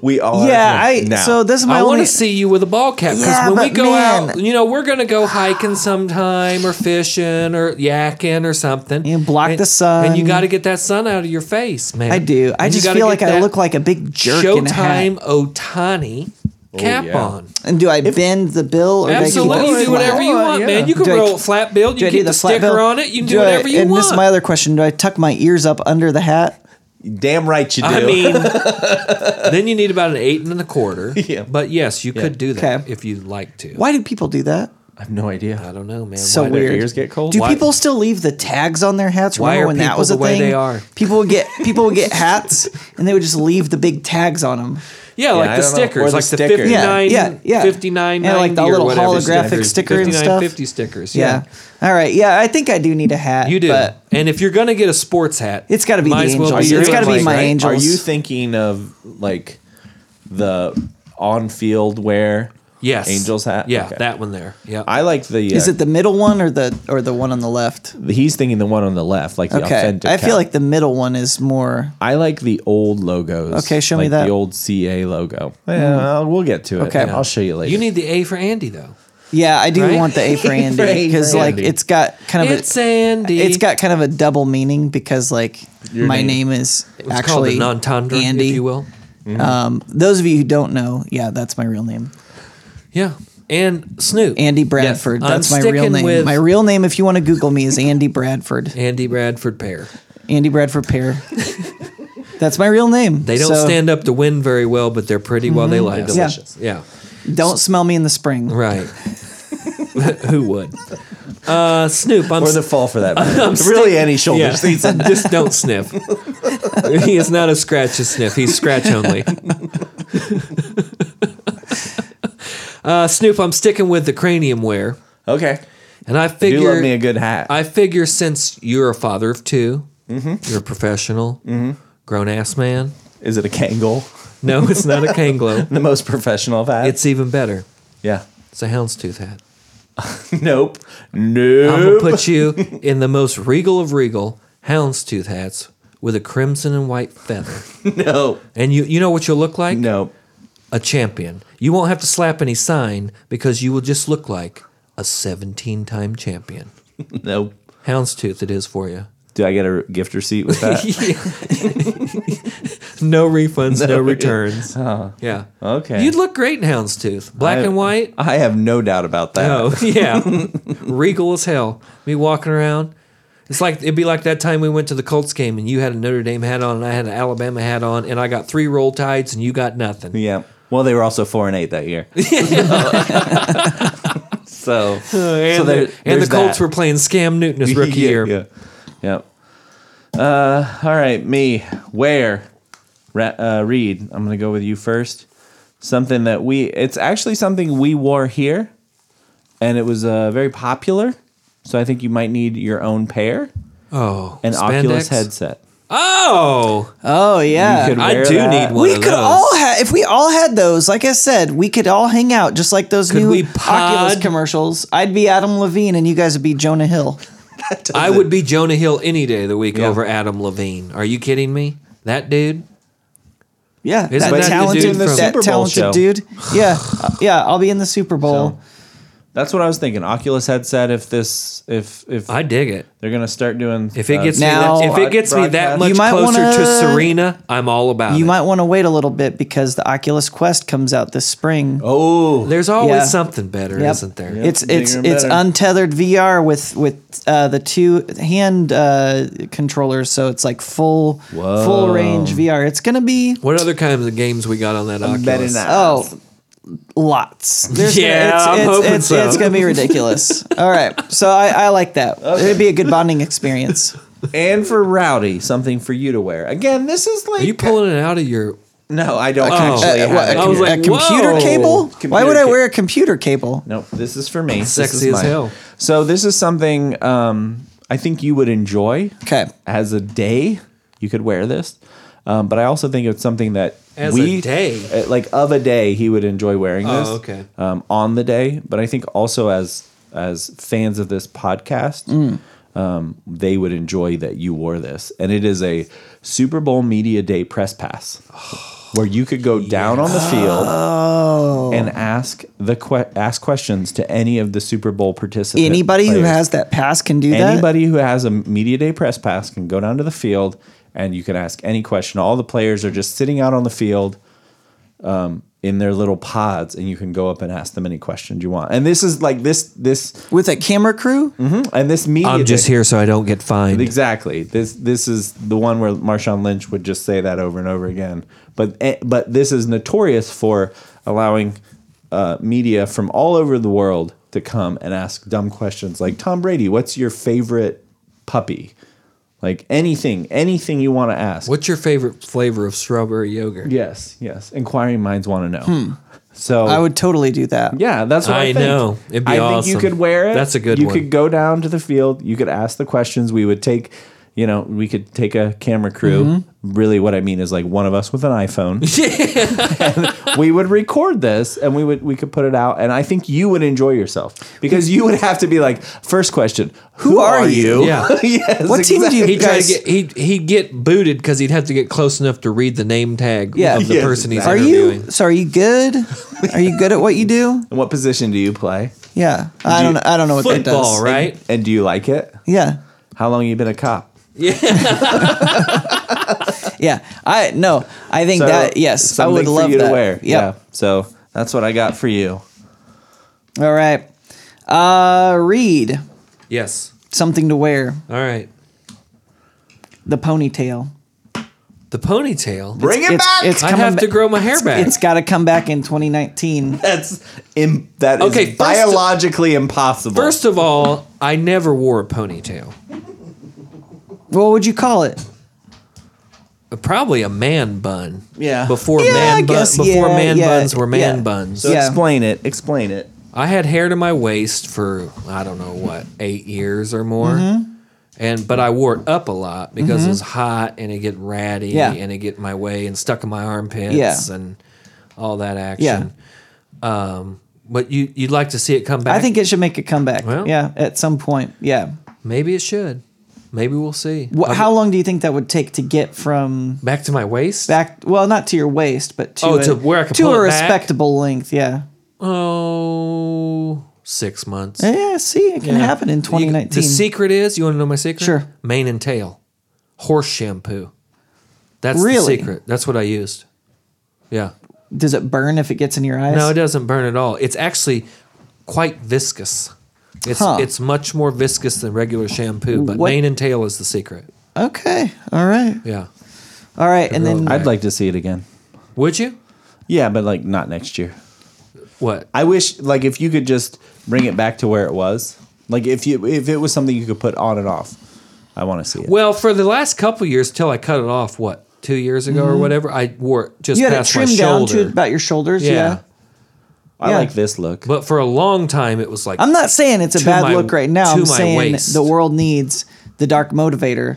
Speaker 1: We are.
Speaker 3: Yeah. I.
Speaker 1: now.
Speaker 3: So this is my
Speaker 2: I want
Speaker 3: only.
Speaker 2: to see you with a ball cap because
Speaker 3: Yeah,
Speaker 2: when we
Speaker 3: but
Speaker 2: go
Speaker 3: man-
Speaker 2: out, you know, we're gonna go hiking sometime or fishing or yakking or something.
Speaker 3: You block
Speaker 2: And-
Speaker 3: the sun.
Speaker 2: and you got to get that sun out of your face, man.
Speaker 3: I do. I
Speaker 2: And you
Speaker 3: just
Speaker 2: gotta
Speaker 3: feel
Speaker 2: get
Speaker 3: like I
Speaker 2: that
Speaker 3: look like a big jerk in a hat.
Speaker 2: Showtime Otani cap
Speaker 1: yeah.
Speaker 2: on.
Speaker 3: And do I bend the bill or do I
Speaker 2: Absolutely,
Speaker 3: keep
Speaker 2: you
Speaker 3: it
Speaker 2: do whatever you
Speaker 1: flat.
Speaker 2: want,
Speaker 1: Yeah.
Speaker 2: man. You can
Speaker 3: Do I-
Speaker 2: roll it flat bill. You
Speaker 3: Do I
Speaker 2: can
Speaker 3: do
Speaker 2: keep
Speaker 3: the
Speaker 2: the
Speaker 3: flat
Speaker 2: sticker
Speaker 3: bill?
Speaker 2: on it. You can do,
Speaker 3: I-
Speaker 2: whatever you
Speaker 3: and
Speaker 2: want.
Speaker 3: this is my other question: Do I tuck my ears up under the hat?
Speaker 1: damn right you do.
Speaker 2: I mean, then you need about an eight and a quarter.
Speaker 1: Yeah.
Speaker 2: But yes, you could do that
Speaker 3: Okay.
Speaker 2: if you'd like to.
Speaker 3: Why do people do that?
Speaker 1: I have no idea.
Speaker 2: I don't know, man.
Speaker 3: So
Speaker 2: Why-
Speaker 1: their
Speaker 3: weird.
Speaker 1: ears get cold?
Speaker 3: Do
Speaker 1: Why-
Speaker 3: people still leave the tags on their hats?
Speaker 2: Why
Speaker 3: Remember
Speaker 2: are
Speaker 3: when that
Speaker 2: people
Speaker 3: was a
Speaker 2: the way
Speaker 3: thing?
Speaker 2: they are?
Speaker 3: People would get people would get hats and they would just leave the big tags on them.
Speaker 2: Yeah, like
Speaker 1: I
Speaker 2: the
Speaker 1: don't know. Or
Speaker 2: stickers,
Speaker 1: the
Speaker 2: like the
Speaker 1: sticker.
Speaker 2: 59,
Speaker 1: Yeah,
Speaker 3: yeah, yeah.
Speaker 2: 59,
Speaker 3: And like the
Speaker 2: 90 or
Speaker 3: little
Speaker 2: whatever
Speaker 3: holographic
Speaker 2: stickers.
Speaker 3: sticker and
Speaker 2: 59,
Speaker 3: stuff.
Speaker 2: 50 stickers.
Speaker 3: Yeah.
Speaker 2: Yeah.
Speaker 3: All right. Yeah, I think I do need a hat.
Speaker 2: You do.
Speaker 3: But
Speaker 2: and if you're going to get a sports hat,
Speaker 3: It's gotta be
Speaker 2: might
Speaker 3: the
Speaker 2: as well
Speaker 3: angels.
Speaker 2: your
Speaker 3: It's gotta be
Speaker 2: angels,
Speaker 3: my
Speaker 2: right?
Speaker 3: angel.
Speaker 1: Are
Speaker 3: Angels.
Speaker 1: you thinking of like the on-field wear?
Speaker 2: Yes.
Speaker 1: Angels hat.
Speaker 2: Yeah,
Speaker 1: Okay.
Speaker 2: that one there. Yeah.
Speaker 1: I like the. Uh,
Speaker 3: is it the middle one or the or the one on the left?
Speaker 1: He's thinking the one on the left, like the
Speaker 3: Okay.
Speaker 1: authentic.
Speaker 3: I feel
Speaker 1: cap.
Speaker 3: like the middle one is more
Speaker 1: I like the old logos.
Speaker 3: Okay, show me
Speaker 1: like
Speaker 3: that. Hmm.
Speaker 1: the old CA logo. Yeah, I'll- we'll get to it.
Speaker 3: Okay.
Speaker 1: I'll show you later.
Speaker 2: you need the A for Andy, though.
Speaker 3: Yeah, I do
Speaker 2: Right?
Speaker 3: want the A for Andy
Speaker 1: A for
Speaker 3: because like
Speaker 1: Andy.
Speaker 3: it's got kind of
Speaker 2: It's
Speaker 3: a,
Speaker 2: Andy.
Speaker 3: it's got kind of a double meaning because like
Speaker 1: Your
Speaker 3: my
Speaker 1: name-
Speaker 3: name, is
Speaker 2: It's called
Speaker 3: actually
Speaker 2: an entendre,
Speaker 3: Andy.
Speaker 2: if you will.
Speaker 3: Um, those of you who don't know, yeah, that's my real name,
Speaker 2: Yeah. And Snoop.
Speaker 3: Andy Bradford.
Speaker 2: I'm
Speaker 3: that's my real
Speaker 2: sticking
Speaker 3: name.
Speaker 2: with-
Speaker 3: My real name, if you want to Google me, is Andy Bradford.
Speaker 2: Andy Bradford pair.
Speaker 3: Andy Bradford pair. that's my real name.
Speaker 2: They don't
Speaker 3: So,
Speaker 2: stand up to wind very well, but they're pretty while
Speaker 1: Mm-hmm.
Speaker 2: they last.
Speaker 3: They're delicious.
Speaker 2: Yeah.
Speaker 3: Don't smell me in the spring.
Speaker 2: Right. Who would? Uh, Snoop, I'm
Speaker 1: or the fall for that matter.
Speaker 2: I'm
Speaker 1: really, any shoulder
Speaker 2: Yeah.
Speaker 1: season.
Speaker 2: Just don't sniff. he is not a scratch a sniff. He's scratch only. uh, Snoop, I'm sticking with the cranium wear,
Speaker 1: Okay,
Speaker 2: and I
Speaker 1: do
Speaker 2: figure
Speaker 1: love me a good hat.
Speaker 2: I figure since you're a father of 2
Speaker 1: Mm-hmm.
Speaker 2: you you're a professional, grown ass man.
Speaker 1: Is it a Kangol?
Speaker 2: No, it's not a Kanglo.
Speaker 1: The most professional of hats.
Speaker 2: It's even better.
Speaker 1: yeah.
Speaker 2: It's a houndstooth hat.
Speaker 1: Nope.
Speaker 2: I'm gonna
Speaker 1: Nope.
Speaker 2: put you in the most regal of regal houndstooth hats with a crimson and white feather.
Speaker 1: no.
Speaker 2: And you you know what you'll look like?
Speaker 1: Nope.
Speaker 2: A champion. You won't have to slap any sign because you will just look like a 17-time champion.
Speaker 1: Nope.
Speaker 2: Houndstooth it is for you.
Speaker 1: Do I get a gift receipt with that?
Speaker 2: no refunds, no, returns. yeah.
Speaker 1: Okay.
Speaker 2: You'd look great in houndstooth. Black
Speaker 1: I-
Speaker 2: and white.
Speaker 1: I have no doubt about that.
Speaker 2: Oh, yeah. Regal as hell. Me walking around. It's like it'd be like that time we went to the Colts game and you had a Notre Dame hat on and I had an Alabama hat on and I got three roll tides and you got nothing.
Speaker 1: Yeah. Well, they were also four and eight that year. so,
Speaker 2: Uh, and
Speaker 1: so there-
Speaker 2: the, and the
Speaker 1: there's
Speaker 2: Colts
Speaker 1: that.
Speaker 2: were playing Scam Newton his rookie
Speaker 1: Yeah,
Speaker 2: year.
Speaker 1: Yeah. Yep. Uh, all right, me. Where? Ra- uh, Reed. I'm gonna go with you first. Something that we. It's actually something we wore here, and it was uh, very popular. So I think you might need your own pair.
Speaker 2: Oh,
Speaker 1: An Oculus
Speaker 2: spandex?
Speaker 1: headset.
Speaker 2: Oh,
Speaker 3: Oh yeah.
Speaker 1: You could
Speaker 2: I
Speaker 1: wear
Speaker 2: do
Speaker 1: that.
Speaker 2: need one.
Speaker 3: we
Speaker 2: of
Speaker 3: could
Speaker 2: those.
Speaker 3: all have if we all had those. Like I said, we could all hang out just like those new
Speaker 2: we pod?
Speaker 3: Oculus commercials. I'd be Adam Levine and you guys would be Jonah Hill.
Speaker 2: I would be Jonah Hill any day of the week
Speaker 1: Yeah.
Speaker 2: over Adam Levine. Are you kidding me? That dude.
Speaker 3: Yeah,
Speaker 2: Isn't that the dude in the
Speaker 3: that
Speaker 1: Super Bowl
Speaker 3: talented
Speaker 1: show?
Speaker 3: dude. Yeah, uh, yeah. I'll be in the Super Bowl.
Speaker 1: That's what I was thinking. Oculus headset. If this, if if
Speaker 2: I dig it.
Speaker 1: they're gonna start doing, uh,
Speaker 2: If it gets
Speaker 3: now-
Speaker 2: me that, if it gets me that
Speaker 1: broadcast.
Speaker 2: much
Speaker 3: You might
Speaker 2: closer to
Speaker 3: wanna-
Speaker 2: Serena, I'm all about
Speaker 3: you
Speaker 2: it.
Speaker 3: might want to wait a little bit because the Oculus Quest comes out this spring.
Speaker 1: oh,
Speaker 2: There's always
Speaker 3: Yeah.
Speaker 2: something better,
Speaker 3: Yep.
Speaker 2: isn't there?
Speaker 3: It's it's
Speaker 1: bigger and
Speaker 3: it's
Speaker 1: better.
Speaker 3: untethered VR with with uh, the two hand uh, controllers, so it's like full full range VR. It's gonna be
Speaker 2: What other kinds of games we got on that Oculus?
Speaker 1: betting that.
Speaker 3: oh lots. There's
Speaker 2: Yeah,
Speaker 3: it's,
Speaker 2: I'm
Speaker 3: it's,
Speaker 2: hoping
Speaker 3: it's,
Speaker 2: so.
Speaker 3: it's gonna be ridiculous. All right, so I, I like that. It'd be a good bonding experience.
Speaker 1: and for Rowdy, something for you to wear. Again, this is like
Speaker 2: Are you pulling it out of your?
Speaker 1: No, I don't
Speaker 2: Oh.
Speaker 1: actually.
Speaker 2: Uh,
Speaker 1: have
Speaker 2: what,
Speaker 1: it.
Speaker 2: I was like,
Speaker 3: a computer
Speaker 2: whoa.
Speaker 3: cable? Why
Speaker 1: Computer
Speaker 3: would I
Speaker 1: ca-
Speaker 3: wear a computer cable?
Speaker 1: Nope, this is for me. This
Speaker 2: Sexy
Speaker 1: is
Speaker 2: as
Speaker 1: mine.
Speaker 2: hell.
Speaker 1: So this is something um, I think you would enjoy.
Speaker 3: 'Kay.
Speaker 1: As a day, you could wear this, um, but I also think it's something that
Speaker 2: As
Speaker 1: we
Speaker 2: a day?
Speaker 1: uh, like of a day, he would enjoy wearing
Speaker 2: Oh,
Speaker 1: this.
Speaker 2: okay.
Speaker 1: Um, on the day, but I think also as as fans of this podcast.
Speaker 2: Mm.
Speaker 1: Um, they would enjoy that you wore this, and it is a Super Bowl Media Day press pass, where you could go down on the field
Speaker 3: Oh.
Speaker 1: and ask the que- ask questions to any of the Super Bowl participants.
Speaker 3: Anybody who has that pass can do that.
Speaker 1: anybody who has a media day press pass can go down to the field and you can ask any question. All the players are just sitting out on the field. Um, in their little pods, and you can go up and ask them any questions you want. And this is like this, this,
Speaker 3: with a camera crew.
Speaker 1: and this media.
Speaker 2: I'm just
Speaker 1: day-
Speaker 2: here so I don't get fined.
Speaker 1: Exactly. This this is the one where Marshawn Lynch would just say that over and over again. But eh, but this is notorious for allowing uh, media from all over the world to come and ask dumb questions like Tom Brady, what's your favorite puppy? Like anything, anything you want to ask.
Speaker 2: What's your favorite flavor of strawberry yogurt?
Speaker 1: Yes, yes. Inquiring minds want to know. So
Speaker 3: Hmm. I would totally do that.
Speaker 1: yeah, that's what I,
Speaker 2: I
Speaker 1: think.
Speaker 2: know. It'd be
Speaker 1: I think
Speaker 2: awesome.
Speaker 1: you could wear it.
Speaker 2: That's a good
Speaker 1: You
Speaker 2: one.
Speaker 1: could go down to the field. You could ask the questions. We would take, you know, we could take a camera crew.
Speaker 2: Mm-hmm.
Speaker 1: Really, what I mean is like one of us with an iPhone. And we would record this, and we would we could put it out. And I think you would enjoy yourself because you would have to be like, first question, who,
Speaker 3: are
Speaker 1: are, you?
Speaker 2: you? Yeah.
Speaker 1: yes,
Speaker 3: What team do you
Speaker 2: He'd try to
Speaker 3: guys?
Speaker 2: get he'd he'd get booted because he'd have to get close enough to read the name tag
Speaker 3: Yeah.
Speaker 2: of the
Speaker 1: Yes,
Speaker 2: person he's
Speaker 3: are
Speaker 2: interviewing.
Speaker 3: you? So are you good? Are you good at what you do?
Speaker 1: And what position do you play?
Speaker 3: Yeah. I don't. I don't know what that
Speaker 2: Football,
Speaker 3: does.
Speaker 2: right?
Speaker 1: And do you like it?
Speaker 3: Yeah.
Speaker 1: How long you been a cop?
Speaker 3: Yeah. I no. I think
Speaker 1: So,
Speaker 3: that yes. I
Speaker 1: something
Speaker 3: would
Speaker 1: for
Speaker 3: love
Speaker 1: you
Speaker 3: that.
Speaker 1: to wear.
Speaker 3: Yep.
Speaker 1: Yeah. So that's what I got for you.
Speaker 3: All right. Uh, Reed,
Speaker 2: Yes.
Speaker 3: something to wear.
Speaker 2: All right.
Speaker 3: The ponytail.
Speaker 2: the ponytail.
Speaker 1: Bring it
Speaker 3: It's,
Speaker 1: back.
Speaker 3: it's
Speaker 2: I
Speaker 3: coming
Speaker 2: have
Speaker 3: ba-
Speaker 2: to grow my hair back.
Speaker 3: It's got to come back in 2019.
Speaker 1: that's Im- that is
Speaker 2: Okay, first-
Speaker 1: biologically impossible.
Speaker 2: First of all, I never wore a ponytail.
Speaker 3: What would you call it?
Speaker 2: Probably a man bun.
Speaker 3: Yeah.
Speaker 2: Before
Speaker 3: Yeah, I
Speaker 2: man bun,
Speaker 3: guess,
Speaker 2: before
Speaker 3: yeah,
Speaker 2: man
Speaker 3: yeah,
Speaker 2: buns were man
Speaker 3: yeah.
Speaker 2: buns.
Speaker 1: so
Speaker 3: yeah.
Speaker 1: explain it. Explain it.
Speaker 2: I had hair to my waist for I don't know what eight years or more,
Speaker 3: Mm-hmm.
Speaker 2: and but I wore it up a lot because it was hot and it get ratty
Speaker 3: Yeah.
Speaker 2: and it get in my way and stuck in my armpits
Speaker 3: Yeah.
Speaker 2: and all that action. Um, but you you'd like to see it come back?
Speaker 3: I think it should make a comeback.
Speaker 2: Well-
Speaker 3: yeah, at some point. Yeah.
Speaker 2: maybe it should. Maybe we'll see.
Speaker 3: Wha
Speaker 2: Um,
Speaker 3: how long do you think that would take to get from
Speaker 2: back to my waist?
Speaker 3: back? Well, not to your waist, but to
Speaker 2: Oh,
Speaker 3: a,
Speaker 2: to where I could
Speaker 3: to
Speaker 2: pull
Speaker 3: a
Speaker 2: it back?
Speaker 3: respectable length. Yeah.
Speaker 2: Oh, six months.
Speaker 3: Yeah. See, it can
Speaker 2: Yeah.
Speaker 3: happen in
Speaker 2: You-
Speaker 3: 2019.
Speaker 2: the secret is you want to know my secret?
Speaker 3: Sure.
Speaker 2: Mane and tail, horse shampoo. That's the
Speaker 3: Really?
Speaker 2: secret. That's what I used. Yeah.
Speaker 3: Does it burn if it gets in your eyes?
Speaker 2: No, it doesn't burn at all. It's actually quite viscous. It's
Speaker 3: Huh.
Speaker 2: it's much more viscous than regular shampoo, but
Speaker 3: What-
Speaker 2: mane and tail is the secret.
Speaker 3: Okay. All right.
Speaker 2: Yeah.
Speaker 3: All right. And then
Speaker 2: Right.
Speaker 1: I'd like to see it again.
Speaker 2: Would you?
Speaker 1: Yeah, but like not next year.
Speaker 2: What?
Speaker 1: I wish like if you could just bring it back to where it was. Like if you if it was something you could put on and off. I want to see it.
Speaker 2: Well, for the last couple years till I cut it off, what, two years ago or whatever, I wore it just
Speaker 3: Mm-hmm. you had it
Speaker 2: past my
Speaker 3: trimmed down
Speaker 2: shoulder.
Speaker 3: to about your shoulders.
Speaker 2: yeah.
Speaker 3: Yeah.
Speaker 1: I
Speaker 3: yeah.
Speaker 1: like this look.
Speaker 2: But for a long time it was like
Speaker 3: I'm not saying it's a
Speaker 2: To
Speaker 3: bad
Speaker 2: my-
Speaker 3: look right now.
Speaker 2: to
Speaker 3: I'm
Speaker 2: my
Speaker 3: saying
Speaker 2: waist.
Speaker 3: the world needs the dark motivator,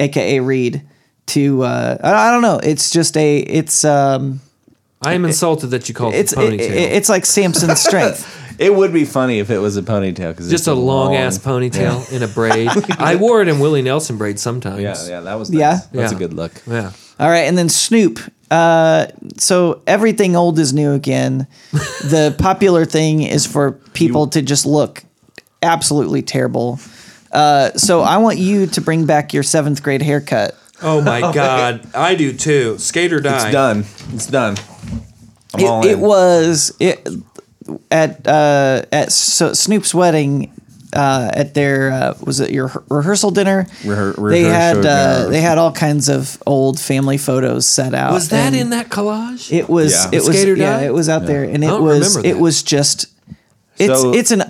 Speaker 3: aka Reed, to. Uh, I I don't know. It's just a. It's um.
Speaker 2: I am insulted that you called it
Speaker 3: It's
Speaker 2: a
Speaker 3: it,
Speaker 2: ponytail.
Speaker 3: it- it's like Samson's strength.
Speaker 1: It would be funny if it was a ponytail because
Speaker 2: just a long, ass ponytail in a braid. I wore it in Willie Nelson braid sometimes.
Speaker 1: Yeah, yeah, that was nice.
Speaker 3: Yeah?
Speaker 1: That's
Speaker 2: Yeah.
Speaker 1: a good look.
Speaker 2: Yeah.
Speaker 3: All right, and then Snoop. Uh, so everything old is new again. the popular thing is for people to just look absolutely terrible. Uh, so I want you to bring back your seventh grade haircut.
Speaker 2: Oh my god, I do too. Skater die.
Speaker 1: It's done. It's done. I'm all
Speaker 3: it,
Speaker 1: in.
Speaker 3: it was it at uh, at so Snoop's wedding. Uh, at their uh, was it your rehearsal dinner?
Speaker 1: Rehe-
Speaker 3: they had
Speaker 1: rehearsal
Speaker 3: uh,
Speaker 1: dinner.
Speaker 3: they had all kinds of old family photos set out.
Speaker 2: Was that
Speaker 3: and
Speaker 2: in that collage?
Speaker 3: It was
Speaker 1: Yeah.
Speaker 3: it was
Speaker 2: Skater
Speaker 3: yeah
Speaker 2: Die?
Speaker 3: it was out there and
Speaker 2: I
Speaker 3: it
Speaker 2: don't
Speaker 3: was
Speaker 2: remember
Speaker 3: it
Speaker 2: that.
Speaker 3: was just it's
Speaker 1: So-
Speaker 3: it's an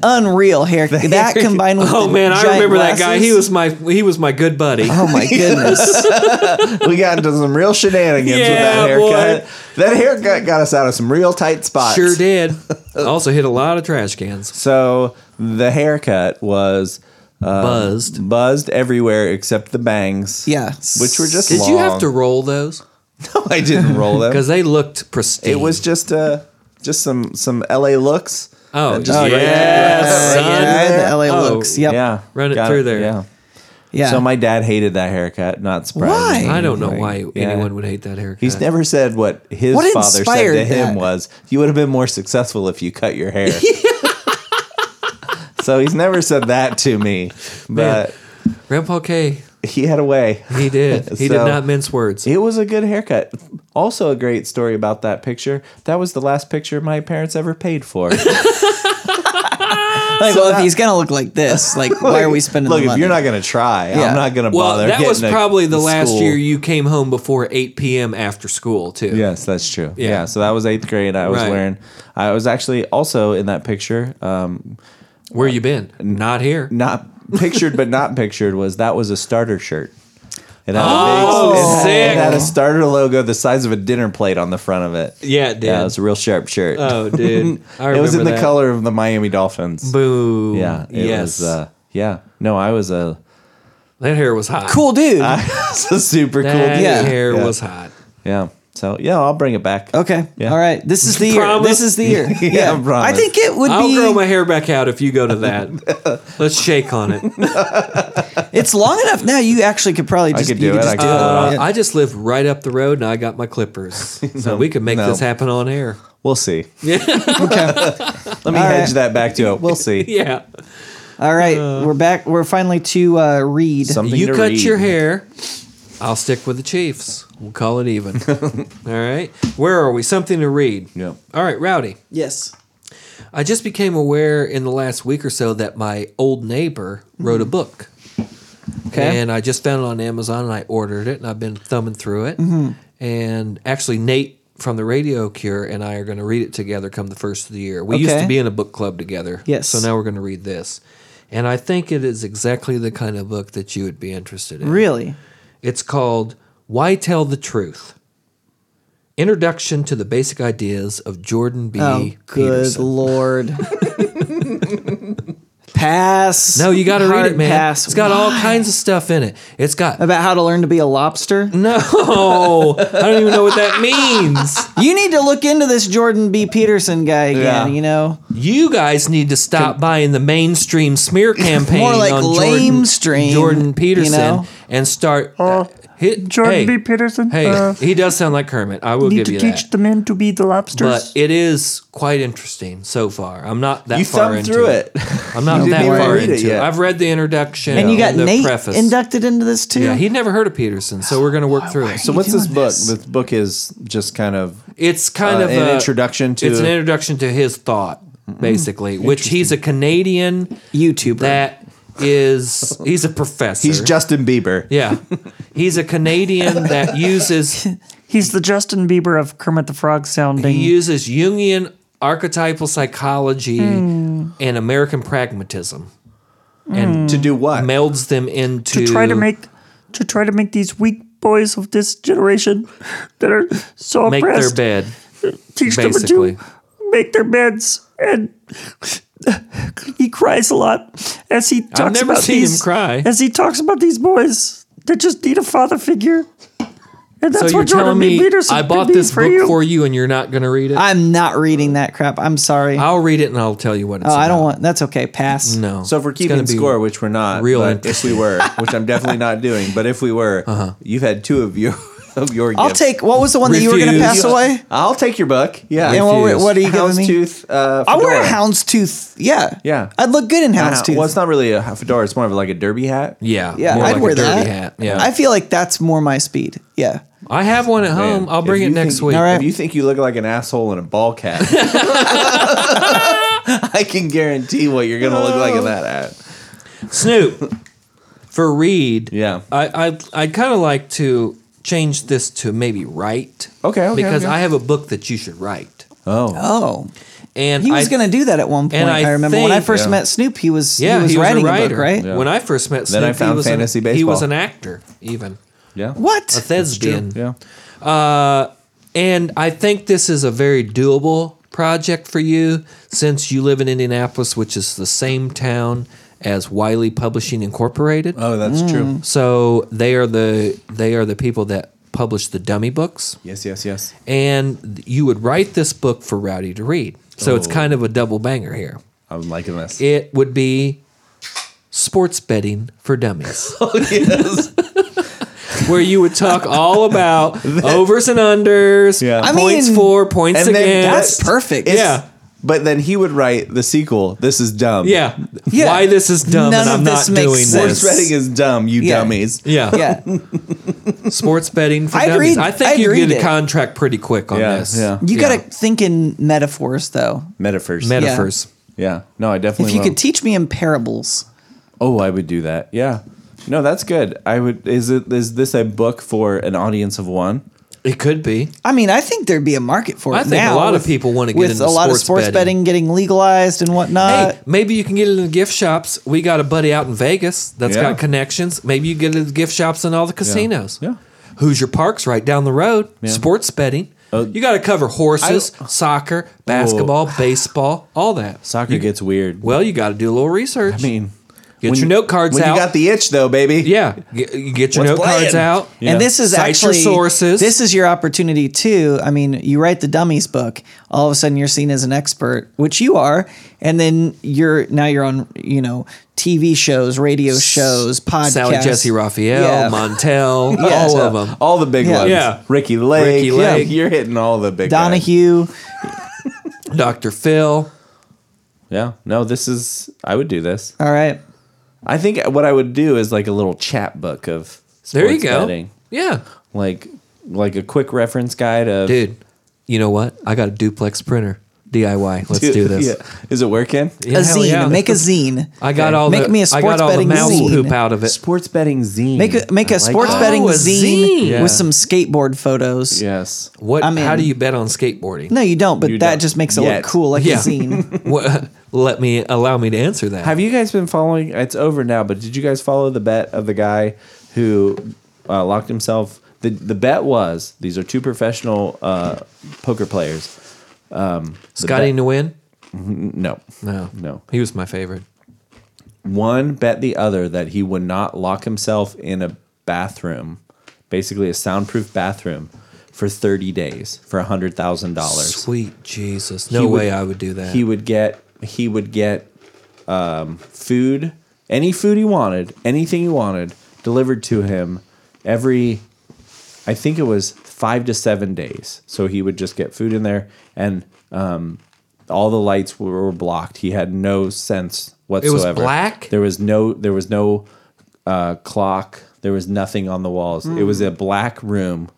Speaker 3: unreal hair that combined with
Speaker 2: oh
Speaker 3: the
Speaker 2: man, I
Speaker 3: giant
Speaker 2: remember that guy.
Speaker 3: glasses.
Speaker 2: He was my he was my good buddy.
Speaker 3: oh my goodness
Speaker 1: we got into some real shenanigans with
Speaker 2: Yeah,
Speaker 1: that haircut.
Speaker 2: boy.
Speaker 1: That haircut got us out of some real tight spots.
Speaker 2: Sure did. also hit a lot of trash cans.
Speaker 1: So the haircut was
Speaker 2: Buzzed.
Speaker 1: buzzed everywhere except the bangs.
Speaker 3: yeah
Speaker 1: Which were just
Speaker 2: Did you have
Speaker 1: long.
Speaker 2: to roll those?
Speaker 1: No, I didn't roll them.
Speaker 2: Because they looked pristine.
Speaker 1: It was just uh just some some LA looks.
Speaker 2: Oh,
Speaker 1: just
Speaker 2: yeah,
Speaker 1: right-
Speaker 2: son.
Speaker 3: yeah, the LA
Speaker 2: Oh,
Speaker 3: looks yep yeah
Speaker 1: Yeah.
Speaker 2: Run it
Speaker 1: Got
Speaker 2: through there.
Speaker 1: Yeah.
Speaker 3: yeah
Speaker 1: So my dad hated that haircut. Not surprised.
Speaker 3: Why?
Speaker 2: I don't know why
Speaker 1: Yeah.
Speaker 2: anyone would hate that haircut.
Speaker 1: He's never said what his
Speaker 3: What
Speaker 1: father said
Speaker 3: inspired
Speaker 1: to him
Speaker 3: that?
Speaker 1: was, "You would have been more successful if you cut your hair." so he's never said that to me, but
Speaker 2: Grandpa K.
Speaker 1: he had a way.
Speaker 2: He did. He did
Speaker 1: So-
Speaker 2: not mince words.
Speaker 1: It was a good haircut. Also, a great story about that picture. That was the last picture my parents ever paid for.
Speaker 3: like, well if he's gonna look like this like why are we spending
Speaker 1: Look,
Speaker 3: the
Speaker 1: if
Speaker 3: money?
Speaker 1: you're not going to try,
Speaker 3: Yeah.
Speaker 1: I'm not going to
Speaker 2: Well,
Speaker 1: bother.
Speaker 2: that was
Speaker 1: getting a-
Speaker 2: probably the
Speaker 1: a
Speaker 2: last
Speaker 1: school.
Speaker 2: year you came home before 8 p.m. after school, too.
Speaker 1: Yes, that's true.
Speaker 2: Yeah.
Speaker 1: Yeah. so that was eighth grade. I was
Speaker 2: Right.
Speaker 1: wearing. I was actually also in that picture. Um,
Speaker 2: Where you been? Not here.
Speaker 1: not pictured, but not pictured was that was a starter shirt. It had,
Speaker 2: Oh,
Speaker 1: a, big, it had-
Speaker 2: sick.
Speaker 1: it had a starter logo the size of a dinner plate on the front of it.
Speaker 2: Yeah, it did.
Speaker 1: Yeah, it was a real sharp shirt.
Speaker 2: Oh, dude. I
Speaker 1: it was in the
Speaker 2: remember that.
Speaker 1: color of the Miami Dolphins.
Speaker 2: Boom.
Speaker 1: Yeah, it
Speaker 2: yes.
Speaker 1: was. Uh, yeah, no, I was a,
Speaker 2: that hair was hot.
Speaker 3: cool dude
Speaker 1: I was a super cool.
Speaker 2: That
Speaker 1: dude.
Speaker 3: Yeah.
Speaker 2: hair
Speaker 1: Yeah.
Speaker 2: was hot.
Speaker 1: Yeah. So yeah, I'll bring it back.
Speaker 3: okay
Speaker 1: Yeah.
Speaker 3: all right this is the year
Speaker 2: Promise?
Speaker 3: this is the year yeah, I
Speaker 1: promise.
Speaker 3: think it would
Speaker 2: I'll
Speaker 3: be
Speaker 2: grow my hair back out if you go to that. Let's shake on it.
Speaker 3: it's long enough now you actually could probably just
Speaker 1: could
Speaker 3: you
Speaker 1: do it.
Speaker 3: just
Speaker 1: I
Speaker 3: do
Speaker 1: could pull it
Speaker 2: Uh,
Speaker 3: Yeah.
Speaker 2: I just live right up the road and I got my clippers. So we could make
Speaker 1: no.
Speaker 2: this happen on air.
Speaker 1: We'll see.
Speaker 3: okay
Speaker 1: Let me
Speaker 3: All
Speaker 1: hedge
Speaker 3: right.
Speaker 1: that back to it. We'll see.
Speaker 2: Yeah.
Speaker 3: all right
Speaker 2: Uh,
Speaker 3: we're back we're finally to uh, read
Speaker 1: Something
Speaker 2: You
Speaker 1: to
Speaker 2: cut
Speaker 1: read.
Speaker 2: your hair. I'll stick with the Chiefs. We'll call it even. All right. Where are we? Something to read.
Speaker 1: Yep.
Speaker 2: All right, Rowdy.
Speaker 3: yes
Speaker 2: I just became aware in the last week or so that my old neighbor wrote a book.
Speaker 3: Okay.
Speaker 2: And I just found it on Amazon and I ordered it and I've been thumbing through it. And actually, Nate from the Radio Cure and I are going to read it together come the first of the year. We used
Speaker 3: Okay.
Speaker 2: to be in a book club together.
Speaker 3: Yes.
Speaker 2: So now we're going to read this. And I think it is exactly the kind of book that you would be interested in.
Speaker 3: Really?
Speaker 2: It's called Why Tell the Truth Introduction to the Basic Ideas of Jordan B.
Speaker 3: Oh, good
Speaker 2: Peterson.
Speaker 3: lord. pass.
Speaker 2: No, you got to read
Speaker 3: Hard
Speaker 2: it, man.
Speaker 3: Pass.
Speaker 2: It's got all kinds of stuff in it. It's got
Speaker 3: about how to learn to be a lobster.
Speaker 2: No, I don't even know what that means.
Speaker 3: You need to look into this Jordan B. Peterson guy again.
Speaker 4: Yeah.
Speaker 3: You know,
Speaker 2: You guys need to stop buying the mainstream smear campaign
Speaker 3: More like
Speaker 2: on Jordan,
Speaker 3: lamestream, you
Speaker 2: Jordan Peterson
Speaker 3: know?
Speaker 2: and start. hi-
Speaker 5: Oh, Jordan
Speaker 2: hey,
Speaker 5: B. Peterson.
Speaker 2: Hey,
Speaker 5: uh,
Speaker 2: he does sound like Kermit. I will
Speaker 5: need
Speaker 2: give
Speaker 5: to
Speaker 2: you
Speaker 5: teach
Speaker 2: that.
Speaker 5: the men to be the
Speaker 2: But
Speaker 5: lobsters.
Speaker 2: it is quite interesting so far. I'm not that
Speaker 1: You
Speaker 2: far
Speaker 1: thumbed
Speaker 2: into
Speaker 1: through
Speaker 2: it.
Speaker 1: it.
Speaker 2: I'm not
Speaker 1: You
Speaker 2: that
Speaker 1: didn't even
Speaker 2: far
Speaker 1: read it
Speaker 2: into it.
Speaker 1: yet.
Speaker 2: I've read the introduction
Speaker 3: and you got
Speaker 2: the
Speaker 3: Nate
Speaker 2: preface.
Speaker 3: inducted into this too.
Speaker 2: yeah, he'd never heard of Peterson, so we're going to work through it.
Speaker 1: So
Speaker 3: you
Speaker 1: what's this
Speaker 3: doing
Speaker 1: book?
Speaker 3: this?
Speaker 1: This book is just kind of
Speaker 2: It's kind
Speaker 1: Uh,
Speaker 2: of
Speaker 1: an
Speaker 2: a-
Speaker 1: introduction to-
Speaker 2: It's an introduction to his thought, basically, which he's a Canadian
Speaker 3: YouTuber.
Speaker 2: that is he's a professor.
Speaker 1: he's Justin Bieber.
Speaker 2: yeah, he's a Canadian that uses
Speaker 5: He's the Justin Bieber of Kermit the Frog sounding.
Speaker 2: he uses Jungian archetypal psychology
Speaker 1: Hmm.
Speaker 2: and American pragmatism and
Speaker 1: To do what?
Speaker 2: melds them into
Speaker 5: to try to make to try to make these weak boys of this generation that are so
Speaker 2: make their
Speaker 5: oppressed
Speaker 2: bed.
Speaker 5: teach
Speaker 2: basically.
Speaker 5: them to make their beds and he cries a lot as he talks
Speaker 2: never
Speaker 5: about
Speaker 2: seen him
Speaker 5: these
Speaker 2: cry.
Speaker 5: as he talks about these boys that just need a father figure and that's
Speaker 2: So you're
Speaker 5: what Jordan
Speaker 2: telling me
Speaker 5: B. Peterson
Speaker 2: I
Speaker 5: could
Speaker 2: bought
Speaker 5: be
Speaker 2: this
Speaker 5: for
Speaker 2: book
Speaker 5: you.
Speaker 2: for you, and you're not going to read it?
Speaker 3: I'm not reading that crap. I'm sorry.
Speaker 2: I'll read it and I'll tell you what it's
Speaker 3: oh, I
Speaker 2: about.
Speaker 3: don't want. That's okay. Pass.
Speaker 2: No.
Speaker 1: So if we're
Speaker 2: It's gonna
Speaker 1: keeping
Speaker 2: be-
Speaker 1: score, which we're not,
Speaker 2: real
Speaker 1: but if we were, which I'm definitely not doing, but if we were,
Speaker 2: Uh-huh.
Speaker 1: you've had two of your of your.
Speaker 3: I'll
Speaker 1: gifts.
Speaker 3: take. What was the one that you were going to
Speaker 2: Refuse.
Speaker 3: pass away?
Speaker 1: I'll take your book. Yeah.
Speaker 3: And what- Refuse. what are you giving me?
Speaker 1: Houndstooth. Uh,
Speaker 3: I wear a
Speaker 1: fedora.
Speaker 3: houndstooth. Yeah.
Speaker 1: Yeah.
Speaker 3: I'd look good in
Speaker 1: Uh,
Speaker 3: houndstooth.
Speaker 1: Well, it's not really a fedora. It's more of like a derby hat.
Speaker 2: Yeah,
Speaker 3: yeah,
Speaker 2: more
Speaker 3: I'd
Speaker 2: like
Speaker 3: wear
Speaker 2: a derby
Speaker 3: that.
Speaker 2: hat. Yeah,
Speaker 3: I feel like that's more my speed. Yeah.
Speaker 2: I have one at home.
Speaker 1: Man,
Speaker 2: um, I'll
Speaker 1: if
Speaker 2: bring
Speaker 1: you
Speaker 2: it next
Speaker 1: think-
Speaker 2: week.
Speaker 3: All right.
Speaker 1: If you think you look like an asshole in a ball cap, I can guarantee what you're gonna look like in that hat.
Speaker 2: Snoop for Reed.
Speaker 1: Yeah.
Speaker 2: I I I'd kind of like to change this to maybe write.
Speaker 1: Okay, okay,
Speaker 2: because
Speaker 1: okay.
Speaker 2: I have a book that you should write,
Speaker 1: Oh,
Speaker 3: Oh.
Speaker 2: and
Speaker 3: He was
Speaker 2: I,
Speaker 3: going to do that at one point.
Speaker 2: and
Speaker 3: I,
Speaker 2: I
Speaker 3: remember when I
Speaker 2: think-
Speaker 3: first
Speaker 1: Yeah.
Speaker 3: met Snoop, he was
Speaker 2: Yeah,
Speaker 3: he was writing a book, right?
Speaker 1: Yeah.
Speaker 2: When I first met Snoop,
Speaker 1: Then I
Speaker 2: he
Speaker 1: found
Speaker 2: was
Speaker 1: fantasy
Speaker 2: an, He was
Speaker 1: baseball.
Speaker 2: an actor, even
Speaker 1: yeah.
Speaker 3: What?
Speaker 2: a thespian.
Speaker 1: Yeah.
Speaker 2: And I think this is a very doable project for you since you live in Indianapolis, which is the same town as Wiley Publishing Incorporated.
Speaker 1: Oh, that's
Speaker 3: Mm.
Speaker 1: true.
Speaker 2: So they are the they are the people that publish the dummy books,
Speaker 1: Yes, yes, yes.
Speaker 2: and you would write this book for Rowdy to read. So
Speaker 1: Oh.
Speaker 2: it's kind of a double banger here.
Speaker 1: I'm liking this.
Speaker 2: It would be sports betting for dummies,
Speaker 1: Oh, yes.
Speaker 2: where you would talk all about overs and unders,
Speaker 1: Yeah. I
Speaker 2: points
Speaker 3: mean,
Speaker 2: for, points
Speaker 1: and then
Speaker 2: against.
Speaker 3: That's perfect.
Speaker 1: It's-
Speaker 2: yeah.
Speaker 1: But then he would write the sequel. This is dumb.
Speaker 2: Yeah.
Speaker 3: Yeah.
Speaker 2: Why this is dumb
Speaker 3: None
Speaker 2: and
Speaker 3: of
Speaker 2: I'm
Speaker 3: this
Speaker 2: not
Speaker 3: makes
Speaker 2: doing
Speaker 3: sense.
Speaker 1: Horse
Speaker 2: this.
Speaker 1: betting is dumb, you
Speaker 3: Yeah.
Speaker 1: dummies.
Speaker 2: Yeah.
Speaker 3: Yeah. You
Speaker 2: Sports betting for
Speaker 3: I'd
Speaker 2: dummies.
Speaker 3: read-
Speaker 2: I think
Speaker 3: I'd
Speaker 2: you
Speaker 3: read
Speaker 2: get a
Speaker 3: it.
Speaker 2: contract pretty quick on
Speaker 1: Yeah,
Speaker 2: this.
Speaker 1: yeah.
Speaker 3: got to think in metaphors though.
Speaker 1: Metaphors.
Speaker 2: metaphors.
Speaker 1: yeah. No, I definitely
Speaker 3: If you
Speaker 1: will.
Speaker 3: could teach me in parables.
Speaker 1: Oh, I would do that. Yeah. No, that's good. I would is it is this a book for an audience of one?
Speaker 2: It could be.
Speaker 3: I mean, I think there'd be a market for it.
Speaker 2: I think a
Speaker 3: now
Speaker 2: lot of
Speaker 3: with-
Speaker 2: people wanna get
Speaker 3: with
Speaker 2: into
Speaker 3: a lot of
Speaker 2: sports
Speaker 3: sports
Speaker 2: betting.
Speaker 3: betting. getting legalized and whatnot.
Speaker 2: hey, maybe you can get it in the gift shops. We got a buddy out in Vegas that's
Speaker 1: Yeah.
Speaker 2: got connections. Maybe you get it in the gift shops and all the casinos.
Speaker 1: Yeah.
Speaker 2: Hoosier Park's right down the road. Sports betting.
Speaker 1: Uh,
Speaker 2: you got to cover horses, soccer, basketball, baseball, all that.
Speaker 1: Soccer gets weird.
Speaker 2: Well, you got to do a little research. I
Speaker 1: I mean,
Speaker 2: get
Speaker 1: when
Speaker 2: your
Speaker 1: you-
Speaker 2: note cards
Speaker 1: when
Speaker 2: out.
Speaker 1: You got the itch though, baby.
Speaker 2: yeah, get, you get your
Speaker 1: What's
Speaker 2: note cards
Speaker 1: playing?
Speaker 2: out.
Speaker 1: Yeah.
Speaker 3: And this is
Speaker 2: Cite your
Speaker 3: actually
Speaker 2: sources.
Speaker 3: This is your opportunity too. I mean, you write the dummies book. All of a sudden, you're seen as an expert, which you are, and then you're now you're on you know TV shows, radio shows, podcasts.
Speaker 2: Sally Jesse Raphael,
Speaker 3: Yeah.
Speaker 2: Montel,
Speaker 3: Yeah.
Speaker 2: all
Speaker 1: Yeah.
Speaker 2: of them.
Speaker 1: All the big
Speaker 3: Yeah.
Speaker 1: ones.
Speaker 2: Yeah.
Speaker 1: Ricky Lake.
Speaker 2: Ricky Lake.
Speaker 1: Yeah, you're hitting all the big guys.
Speaker 3: Donahue.
Speaker 2: Dr. Phil.
Speaker 1: Yeah. No, this is I would do this.
Speaker 3: All right,
Speaker 1: I think what I would do is like a little chat book of sports
Speaker 2: There you go.
Speaker 1: betting.
Speaker 2: Yeah.
Speaker 1: Like like a quick reference guide of
Speaker 2: Dude, you know what? I got a duplex printer. DIY. Let's do this.
Speaker 1: Yeah. Is it working?
Speaker 2: Yeah,
Speaker 3: a
Speaker 2: hell
Speaker 3: zine.
Speaker 2: yeah.
Speaker 3: Make a zine.
Speaker 2: I got all
Speaker 3: Make
Speaker 2: the,
Speaker 3: me a
Speaker 2: I got
Speaker 3: sports
Speaker 2: all the
Speaker 3: betting
Speaker 2: mouse
Speaker 3: zine.
Speaker 2: poop out of it.
Speaker 1: Sports betting zine.
Speaker 3: Make a make a
Speaker 1: I like
Speaker 3: sports
Speaker 1: that.
Speaker 3: betting
Speaker 2: Oh, a
Speaker 3: zine,
Speaker 2: zine.
Speaker 3: with some skateboard photos.
Speaker 1: Yes.
Speaker 2: What?
Speaker 3: I'm
Speaker 2: how
Speaker 3: in.
Speaker 2: do you bet on skateboarding?
Speaker 3: No, you don't. But
Speaker 1: You
Speaker 3: that
Speaker 1: don't.
Speaker 3: just makes it
Speaker 1: Yet.
Speaker 3: look cool, like
Speaker 2: Yeah.
Speaker 3: a zine.
Speaker 2: What, let me allow me to answer that.
Speaker 1: Have you guys been following? It's over now, but did you guys follow the bet of the guy who uh, locked himself? The the bet was these are two professional uh, poker players.
Speaker 2: Scotty
Speaker 1: bet-
Speaker 2: Nguyen?
Speaker 1: No,
Speaker 2: No,
Speaker 1: No.
Speaker 2: He was my favorite.
Speaker 1: one bet the other that he would not lock himself in a bathroom, basically a soundproof bathroom, for thirty days for hundred thousand dollars.
Speaker 2: Sweet Jesus!
Speaker 1: He
Speaker 2: No way I would do that.
Speaker 1: He would get he would get um, food, any food he wanted, anything he wanted, delivered to him every I think it was five to seven days. So he would just get food in there and um, all the lights were, were blocked. He had no sense whatsoever.
Speaker 2: black?
Speaker 1: There was no there was no uh, clock. There was nothing on the walls. It was a black room.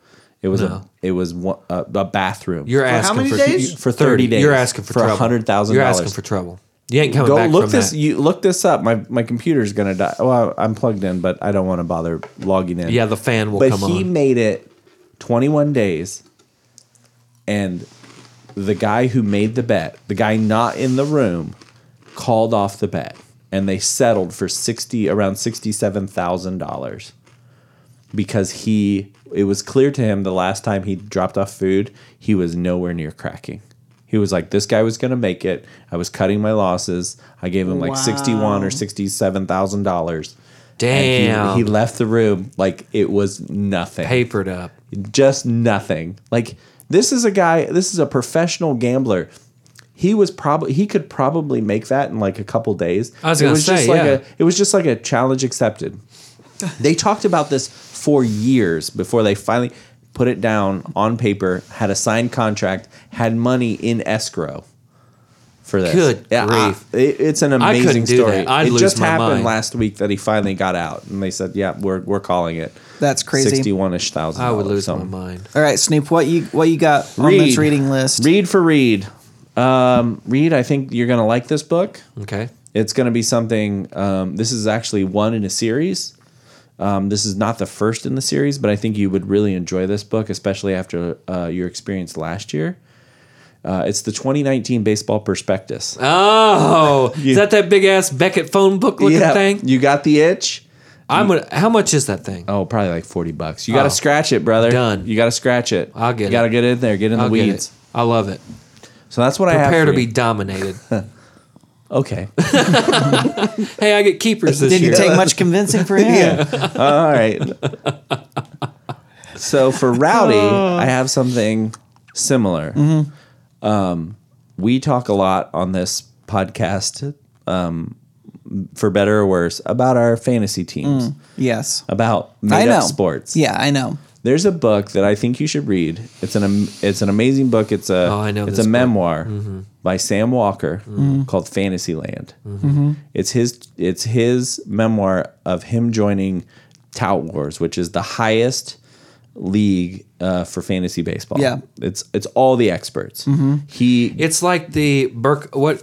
Speaker 1: It was
Speaker 2: Hmm. No.
Speaker 1: a it was one, a, a bathroom
Speaker 2: You're asking
Speaker 6: many
Speaker 2: for
Speaker 6: days?
Speaker 1: for 30 days.
Speaker 2: You're asking for,
Speaker 1: For
Speaker 2: trouble.
Speaker 1: $100,000.
Speaker 2: You're asking for trouble. You ain't coming
Speaker 1: Go
Speaker 2: back
Speaker 1: look
Speaker 2: from
Speaker 1: this.
Speaker 2: that.
Speaker 1: You look this up. My my computer's gonna die. Well, I'm plugged in, but I don't want to bother logging in.
Speaker 2: Yeah, the fan will
Speaker 1: but
Speaker 2: come
Speaker 1: he
Speaker 2: on.
Speaker 1: made it 21 days, and the guy who made the bet, the guy not in the room, called off the bet, and they settled for sixty around sixty seven thousand dollars because he it was clear to him the last time he dropped off food he was nowhere near cracking he was like this guy was going to make it i was cutting my losses i gave him like 61 or 67 thousand dollars
Speaker 2: Damn.
Speaker 1: he, he left the room like it was nothing
Speaker 2: papered up.
Speaker 1: just nothing like this is a guy this is a professional gambler he was probably he could probably make that in like a couple days
Speaker 2: I was
Speaker 1: it
Speaker 2: gonna
Speaker 1: was just
Speaker 2: say,
Speaker 1: like
Speaker 2: yeah.
Speaker 1: a it was just like a challenge accepted they talked about this for years before they finally put it down on paper, had a signed contract, had money in escrow for this.
Speaker 2: Good
Speaker 1: yeah, I-
Speaker 2: grief.
Speaker 1: it- it's an
Speaker 2: I couldn't
Speaker 1: amazing
Speaker 2: do
Speaker 1: story.
Speaker 2: that. I'd
Speaker 1: it
Speaker 2: lose
Speaker 1: just
Speaker 2: my
Speaker 1: happened
Speaker 2: mind.
Speaker 1: last week that he finally got out, and they said, "Yeah, we're we're calling it."
Speaker 3: That's crazy.
Speaker 1: Sixty-one ish thousand.
Speaker 2: I would
Speaker 1: dollars,
Speaker 2: lose
Speaker 1: so.
Speaker 2: my mind.
Speaker 3: All right, Snoop. What you what you got on this reading list?
Speaker 1: Read for read. Um, read. I think you're gonna like this book.
Speaker 2: Okay.
Speaker 1: It's going to be something. Um, this is actually one in a series. Um, this is not the first in the series, but I think you would really enjoy this book, especially after uh, your experience last year. Uh, it's the 2019 Baseball Prospectus.
Speaker 2: Oh, is that that big ass Beckett phone book looking thing?
Speaker 1: you got the itch.
Speaker 2: I'm gonna. How much is that thing?
Speaker 1: Oh, probably like 40 bucks. You got to
Speaker 2: Oh.
Speaker 1: scratch it, brother.
Speaker 2: Done.
Speaker 1: You got to scratch it.
Speaker 2: I'll get
Speaker 1: You got to
Speaker 2: it.
Speaker 1: get in there. Get in
Speaker 2: I'll
Speaker 1: the
Speaker 2: get
Speaker 1: weeds.
Speaker 2: it. I love it.
Speaker 1: So that's what I have.
Speaker 2: Prepare
Speaker 1: for
Speaker 2: to be
Speaker 1: you.
Speaker 2: dominated.
Speaker 1: okay.
Speaker 2: hey, I get keepers this year.
Speaker 3: Didn't take much convincing for him.
Speaker 1: All right. so for Rowdy,
Speaker 3: Oh.
Speaker 1: I have something similar. Um,
Speaker 3: Mm-hmm.
Speaker 1: we talk a lot on this podcast, um, for better or worse, about our fantasy teams,
Speaker 3: Yes,
Speaker 1: about
Speaker 3: Mm. I
Speaker 1: made
Speaker 3: know
Speaker 1: up sports.
Speaker 3: Yeah, I know.
Speaker 1: There's a book that I think you should read. It's an am- it's an amazing book. It's a
Speaker 2: Oh, I know
Speaker 1: it's
Speaker 2: this
Speaker 1: a
Speaker 2: book. Mm-hmm.
Speaker 1: memoir by Sam Walker called Fantasyland.
Speaker 2: Mm-hmm.
Speaker 1: It's his it's his memoir of him joining Tout Wars, which is the highest league uh, for fantasy baseball.
Speaker 3: Yeah.
Speaker 1: it's it's all the experts. He
Speaker 2: It's like the Burke. What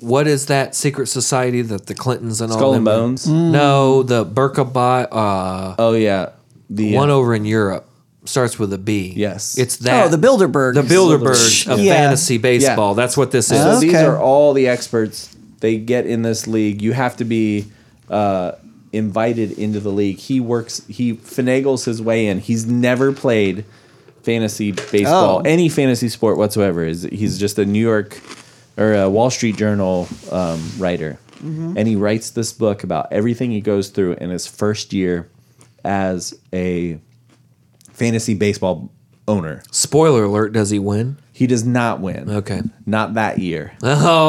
Speaker 2: what is that secret society that the Clintons and all
Speaker 1: Skull and
Speaker 2: them-
Speaker 1: Bones.
Speaker 2: No, the Berkabah, uh
Speaker 1: Oh yeah, the
Speaker 2: one
Speaker 1: uh,
Speaker 2: over in Europe starts with a B.
Speaker 1: Yes.
Speaker 2: it's that.
Speaker 3: Oh, the Bilderberg.
Speaker 2: the Bilderberg of
Speaker 3: Yeah.
Speaker 2: fantasy baseball. That's what this is.
Speaker 1: So these
Speaker 3: Oh, Okay.
Speaker 1: are all the experts they get in this league. You have to be uh, invited into the league. He works. He finagles his way in. He's never played fantasy baseball,
Speaker 3: Oh.
Speaker 1: any fantasy sport whatsoever. Is he's just a New York or a Wall Street Journal um, writer,
Speaker 3: Mm-hmm.
Speaker 1: and he writes this book about everything he goes through in his first year as a fantasy baseball owner.
Speaker 2: Spoiler alert: Does he win?
Speaker 1: He does not win.
Speaker 2: Okay.
Speaker 1: Not that year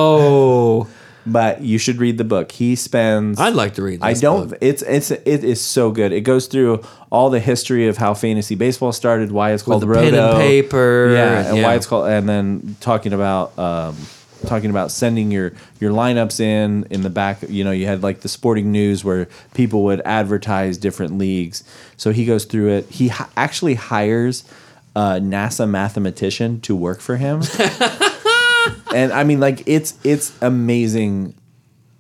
Speaker 2: Oh,
Speaker 1: but you should read the book. He spends.
Speaker 2: I'd like to read. This
Speaker 1: I don't.
Speaker 2: book.
Speaker 1: It's it's it is so good. It goes through all the history of how fantasy baseball started, why it's called
Speaker 2: the pen and
Speaker 1: Roto.
Speaker 2: paper,
Speaker 1: yeah, and
Speaker 2: yeah.
Speaker 1: why it's called, and then talking about um, talking about sending your your lineups in in the back. You know, you had like the sporting news where people would advertise different leagues. So he goes through it. He hi- actually hires a NASA mathematician to work for him. and I mean, like it's it's amazing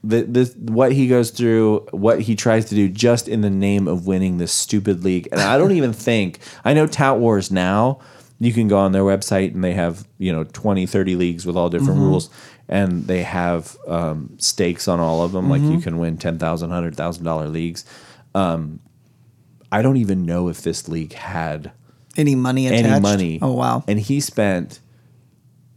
Speaker 1: the this what he goes through, what he tries to do, just in the name of winning this stupid league. And I don't even think I know Tout Wars now. You can go on their website and they have you know 20, 30 leagues with all
Speaker 3: Mm-hmm.
Speaker 1: different rules, and they have um, stakes on all of them. Like
Speaker 3: Mm-hmm.
Speaker 1: you can win ten thousand, hundred thousand dollar leagues. Um, I don't even know if this league had
Speaker 3: Any money attached?
Speaker 1: any money.
Speaker 3: Oh wow.
Speaker 1: And he spent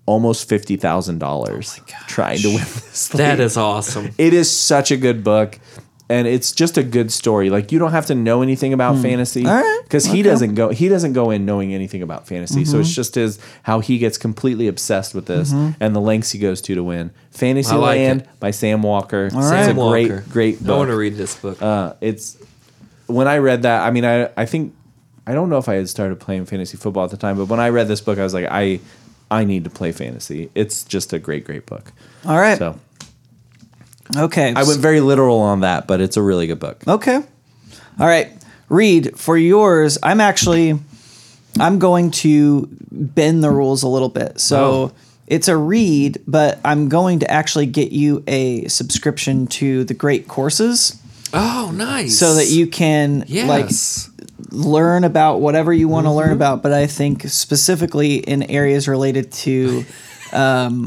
Speaker 1: almost fifty thousand dollars
Speaker 3: Oh,
Speaker 1: trying to win this.
Speaker 2: That is awesome.
Speaker 1: It is such a good book, and it's just a good story. Like you don't have to know anything about fantasy
Speaker 3: Hmm. right.
Speaker 1: because he doesn't go he doesn't go in knowing anything about fantasy. So
Speaker 3: Mm-hmm.
Speaker 1: it's just his how he gets completely obsessed with this and the lengths he goes to to win. Fantasyland by Sam Walker. It's
Speaker 2: Sam
Speaker 1: a great
Speaker 2: Walker.
Speaker 1: great book
Speaker 2: I want to read this book.
Speaker 1: uh, it's when I read that. I mean, I I think I don't know if I had started playing fantasy football at the time, but when I read this book, I was like, I I need to play fantasy. It's just a great, great book.
Speaker 3: All right.
Speaker 1: So
Speaker 3: okay.
Speaker 1: I went very literal on that, but it's a really good book.
Speaker 3: Okay. All right. Reed, for yours, I'm actually I'm going to bend the rules a little bit. So it's a read, but I'm going to actually get you a subscription to the great courses
Speaker 2: oh, nice.
Speaker 3: so that you can like
Speaker 2: yes.
Speaker 3: learn about whatever you want to
Speaker 2: Mm-hmm.
Speaker 3: learn about, but I think specifically in areas related to um,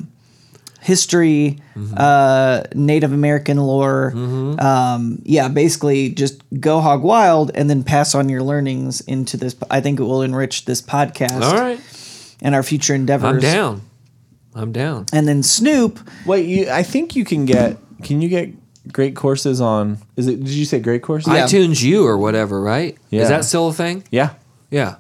Speaker 3: history,
Speaker 2: Mm-hmm.
Speaker 3: uh, Native American lore. Um, yeah, basically just go hog wild and then pass on your learnings into this. I think it will enrich this podcast
Speaker 2: All right.
Speaker 3: and our future endeavors.
Speaker 2: I'm down. I'm down.
Speaker 3: And then Snoop,
Speaker 1: Wait, you, I think you can get can you get great courses on? Is it? Did you say great courses?
Speaker 3: Yeah.
Speaker 2: iTunes U or whatever, right?
Speaker 1: Yeah.
Speaker 2: Is that still a thing?
Speaker 1: Yeah,
Speaker 2: Yeah.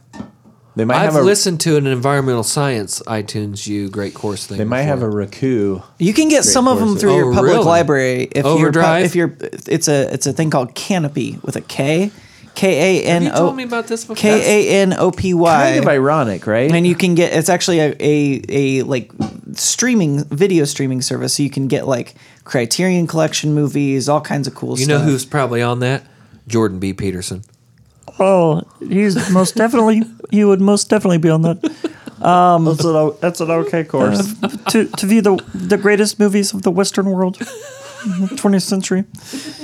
Speaker 1: they might
Speaker 2: I have
Speaker 1: have a
Speaker 2: listened to an environmental science iTunes U great course thing.
Speaker 1: they might have a Raku.
Speaker 3: you can get some of them
Speaker 1: courses.
Speaker 3: through your
Speaker 2: Oh,
Speaker 3: public
Speaker 2: really?
Speaker 3: library. If
Speaker 2: Overdrive?
Speaker 3: you're, pu- if you're, it's a it's a thing called Canopy with a K, K A
Speaker 2: Have
Speaker 3: N
Speaker 2: you
Speaker 3: O.
Speaker 2: told me about this before?
Speaker 3: K A N O P Y.
Speaker 1: Kind of ironic, right?
Speaker 3: and you can get it's actually a, a a like streaming video streaming service, so you can get like Criterion Collection movies, all kinds of cool
Speaker 2: you know
Speaker 3: stuff.
Speaker 2: who's probably on that? Jordan B. Peterson.
Speaker 5: Oh, he's most definitely. You would most definitely be on that. Um, uh,
Speaker 1: that's, an, that's an okay course.
Speaker 5: to to view the the greatest movies of the Western world, twentieth century.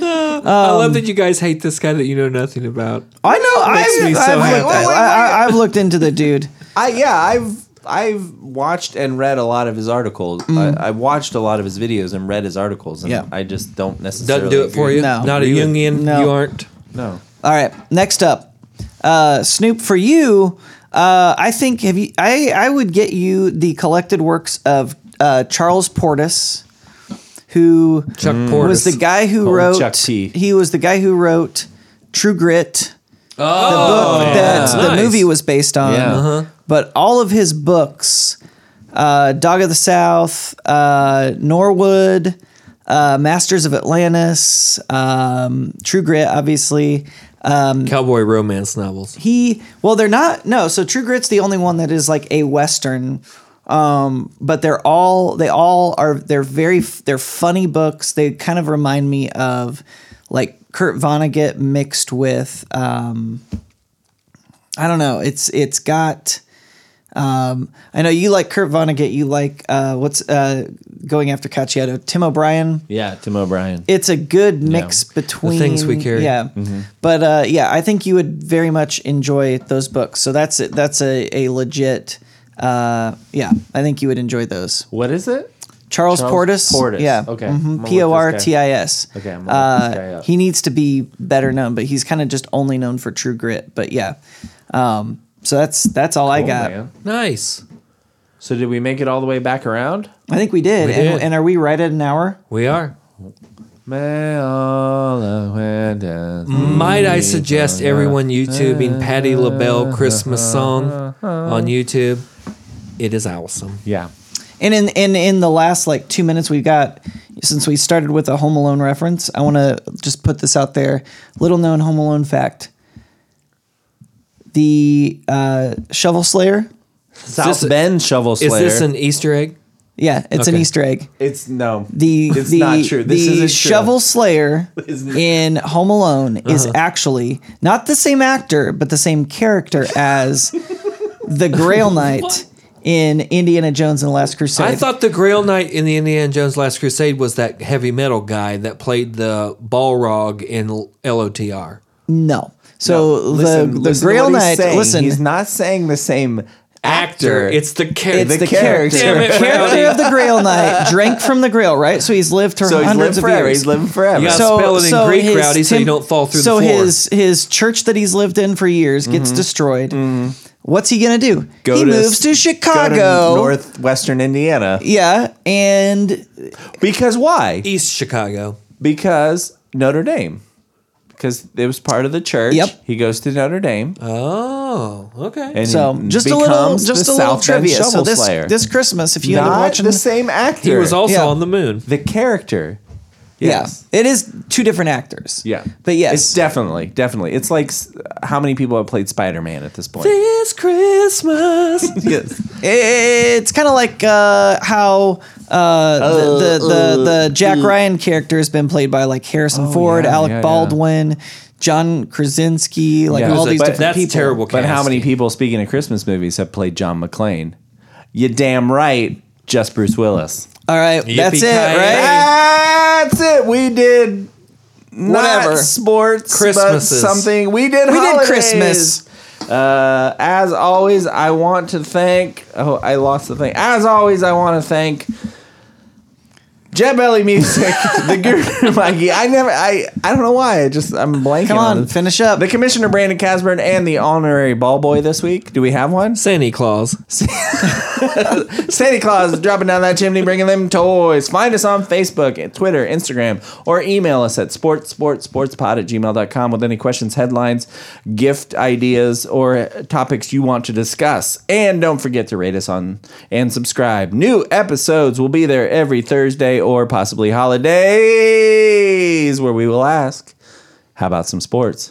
Speaker 2: I
Speaker 3: Um,
Speaker 2: love that you guys hate this guy that you know nothing about.
Speaker 3: I know.
Speaker 1: Makes
Speaker 3: I've,
Speaker 1: me so
Speaker 3: I've
Speaker 1: happy.
Speaker 3: looked, I, I, I've looked into the dude.
Speaker 1: I yeah, I've I've watched and read a lot of his articles.
Speaker 2: Mm.
Speaker 1: I, I watched a lot of his videos and read his articles, and
Speaker 3: Yeah.
Speaker 1: I just don't necessarily
Speaker 2: Doesn't do it for you.
Speaker 3: No.
Speaker 2: Not a Jungian.
Speaker 3: No.
Speaker 2: You aren't.
Speaker 1: No,
Speaker 3: All right, next up, uh, Snoop. For you, uh, I think have you? I I would get you the collected works of uh, Charles Portis, who
Speaker 2: Chuck Portis.
Speaker 3: was the guy who
Speaker 1: Call him
Speaker 3: wrote.
Speaker 1: Chuck T.
Speaker 3: He was the guy who wrote True Grit. the
Speaker 2: Oh,
Speaker 3: book that
Speaker 2: Nice.
Speaker 3: the movie was based on.
Speaker 1: Yeah. Uh-huh.
Speaker 3: But all of his books, uh, Dog of the South, uh, Norwood, uh, Masters of Atlantis, um, True Grit, obviously.
Speaker 2: cowboy romance novels.
Speaker 3: He well, they're not no. So True Grit's the only one that is like a western. Um, but they're all they all are they're very f- they're funny books. They kind of remind me of like Kurt Vonnegut mixed with um, I don't know. It's it's got. Um, I know you like Kurt Vonnegut. You like uh, what's uh, going after Cacciato, Tim O'Brien.
Speaker 1: yeah, Tim O'Brien.
Speaker 3: It's a good mix between
Speaker 2: things we carry.
Speaker 3: Yeah,
Speaker 1: Mm-hmm.
Speaker 3: but uh, yeah, I think you would very much enjoy those books. So that's it. That's a a legit. Uh, yeah, I think you would enjoy those.
Speaker 1: What is it?
Speaker 3: Charles,
Speaker 1: Charles
Speaker 3: Portis.
Speaker 1: Portis.
Speaker 3: Yeah. Mm-hmm.
Speaker 1: Okay. I'm gonna look this
Speaker 3: P O R T I S.
Speaker 1: Okay, I'm gonna look this guy
Speaker 3: Uh,
Speaker 1: up.
Speaker 3: he needs to be better known, but he's kind of just only known for True Grit. But yeah. Um, so that's that's all I
Speaker 1: Oh,
Speaker 3: got.
Speaker 1: man.
Speaker 2: Nice.
Speaker 1: So did we make it all the way back around?
Speaker 3: I think we did.
Speaker 2: We
Speaker 3: and,
Speaker 2: did.
Speaker 3: and are we right at an hour?
Speaker 2: We are.
Speaker 1: May all the way down.
Speaker 2: Might I suggest everyone YouTubing Patti LaBelle Christmas song on YouTube? It is awesome.
Speaker 1: Yeah.
Speaker 3: And in in in the last like two minutes we've got, since we started with a Home Alone reference, I want to just put this out there: little known Home Alone fact. The uh, Shovel Slayer.
Speaker 1: South
Speaker 2: this a-
Speaker 1: Bend Shovel
Speaker 2: Is
Speaker 1: Slayer.
Speaker 2: this an Easter egg?
Speaker 3: Yeah, it's an
Speaker 2: Okay.
Speaker 3: Easter egg.
Speaker 1: it's no.
Speaker 3: the
Speaker 1: it's
Speaker 3: the,
Speaker 1: not true. This
Speaker 3: the
Speaker 1: isn't true.
Speaker 3: shovel slayer
Speaker 1: Isn't- Uh-huh.
Speaker 3: in Home Alone is actually not the same actor, but the same character as the Grail Knight in Indiana Jones and the Last Crusade.
Speaker 2: I thought the Grail Knight in the Indiana Jones Last Crusade was that heavy metal guy that played the Balrog in LOTR.
Speaker 3: no. So
Speaker 1: Listen-
Speaker 3: the the
Speaker 1: listen to
Speaker 3: Grail
Speaker 1: what he's
Speaker 3: Knight.
Speaker 1: saying.
Speaker 3: Listen,
Speaker 1: he's not saying the same actor.
Speaker 2: It's the character.
Speaker 3: it's the,
Speaker 1: character.
Speaker 3: character.
Speaker 2: Damn it, Rowdy.
Speaker 3: character of the Grail Knight drank from the Grail, right? So he's lived for
Speaker 1: so he's
Speaker 3: hundreds
Speaker 1: living
Speaker 3: of
Speaker 1: forever.
Speaker 3: years.
Speaker 1: He's living forever.
Speaker 2: You gotta spell it in Greek, Rowdy, so you don't fall through the
Speaker 3: So
Speaker 2: floor.
Speaker 3: his his church that he's lived in for years gets destroyed. What's he gonna do?
Speaker 1: Mm-hmm. Go
Speaker 3: he
Speaker 1: to-
Speaker 3: moves to Chicago.
Speaker 1: Go to northwestern Indiana.
Speaker 3: yeah, and
Speaker 1: Because why?
Speaker 2: East Chicago.
Speaker 1: Because Notre Dame. Because it was part of the church.
Speaker 3: Yep.
Speaker 1: He goes to Notre Dame.
Speaker 2: Uh, Oh, okay.
Speaker 1: and
Speaker 3: so
Speaker 1: he
Speaker 3: just a little
Speaker 1: becomes
Speaker 3: just
Speaker 1: the
Speaker 3: a little
Speaker 1: South Bend
Speaker 3: trivia. So
Speaker 1: Shovel
Speaker 3: this
Speaker 1: Slayer.
Speaker 3: this Christmas, if you end up
Speaker 1: not
Speaker 3: watching
Speaker 1: the same actor.
Speaker 2: he was also
Speaker 3: Yeah.
Speaker 2: on the moon.
Speaker 1: the character. Yes.
Speaker 3: Yeah, it is two different actors.
Speaker 1: Yeah.
Speaker 3: but yes,
Speaker 1: It's definitely, definitely. It's like s- how many people have played Spider Man at this point?
Speaker 2: This Christmas.
Speaker 1: yes.
Speaker 3: It's kind of like uh, how uh, the, the, the, the Jack Ryan character has been played by like Harrison Ford,
Speaker 1: Oh, yeah,
Speaker 3: Alec
Speaker 1: yeah, yeah.
Speaker 3: Baldwin, John Krasinski, like
Speaker 1: Yeah.
Speaker 3: all these
Speaker 2: But
Speaker 3: different
Speaker 2: that's
Speaker 3: people.
Speaker 2: terrible.
Speaker 1: But how many
Speaker 2: casting.
Speaker 1: people, speaking of Christmas movies, have played John McClane? You damn right, just Bruce Willis.
Speaker 3: All right, that's it,
Speaker 2: Yippee-ki-yay.
Speaker 3: right?
Speaker 1: That's it. We did not
Speaker 3: Whatever.
Speaker 1: sports,
Speaker 2: Christmases.
Speaker 1: but something. We did.
Speaker 3: We did
Speaker 1: holidays.
Speaker 3: Christmas.
Speaker 1: Uh, as always, I want to thank. Oh, I lost the thing. As always, I want to thank. Jet Belly Music, the Guru Mikey. I never, I, I don't know why. I just, I'm blanking
Speaker 3: Come on,
Speaker 1: it.
Speaker 3: finish up.
Speaker 1: The Commissioner Brandon Casburn and the honorary ball boy this week. Do we have one?
Speaker 2: Santa Claus.
Speaker 1: Santa Claus is dropping down that chimney, bringing them toys. Find us on Facebook, Twitter, Instagram, or email us at sports, sports, sportspod at gmail.com with any questions, headlines, gift ideas, or topics you want to discuss. And don't forget to rate us on and subscribe. New episodes will be there every Thursday or possibly holidays where we will ask, how about some sports?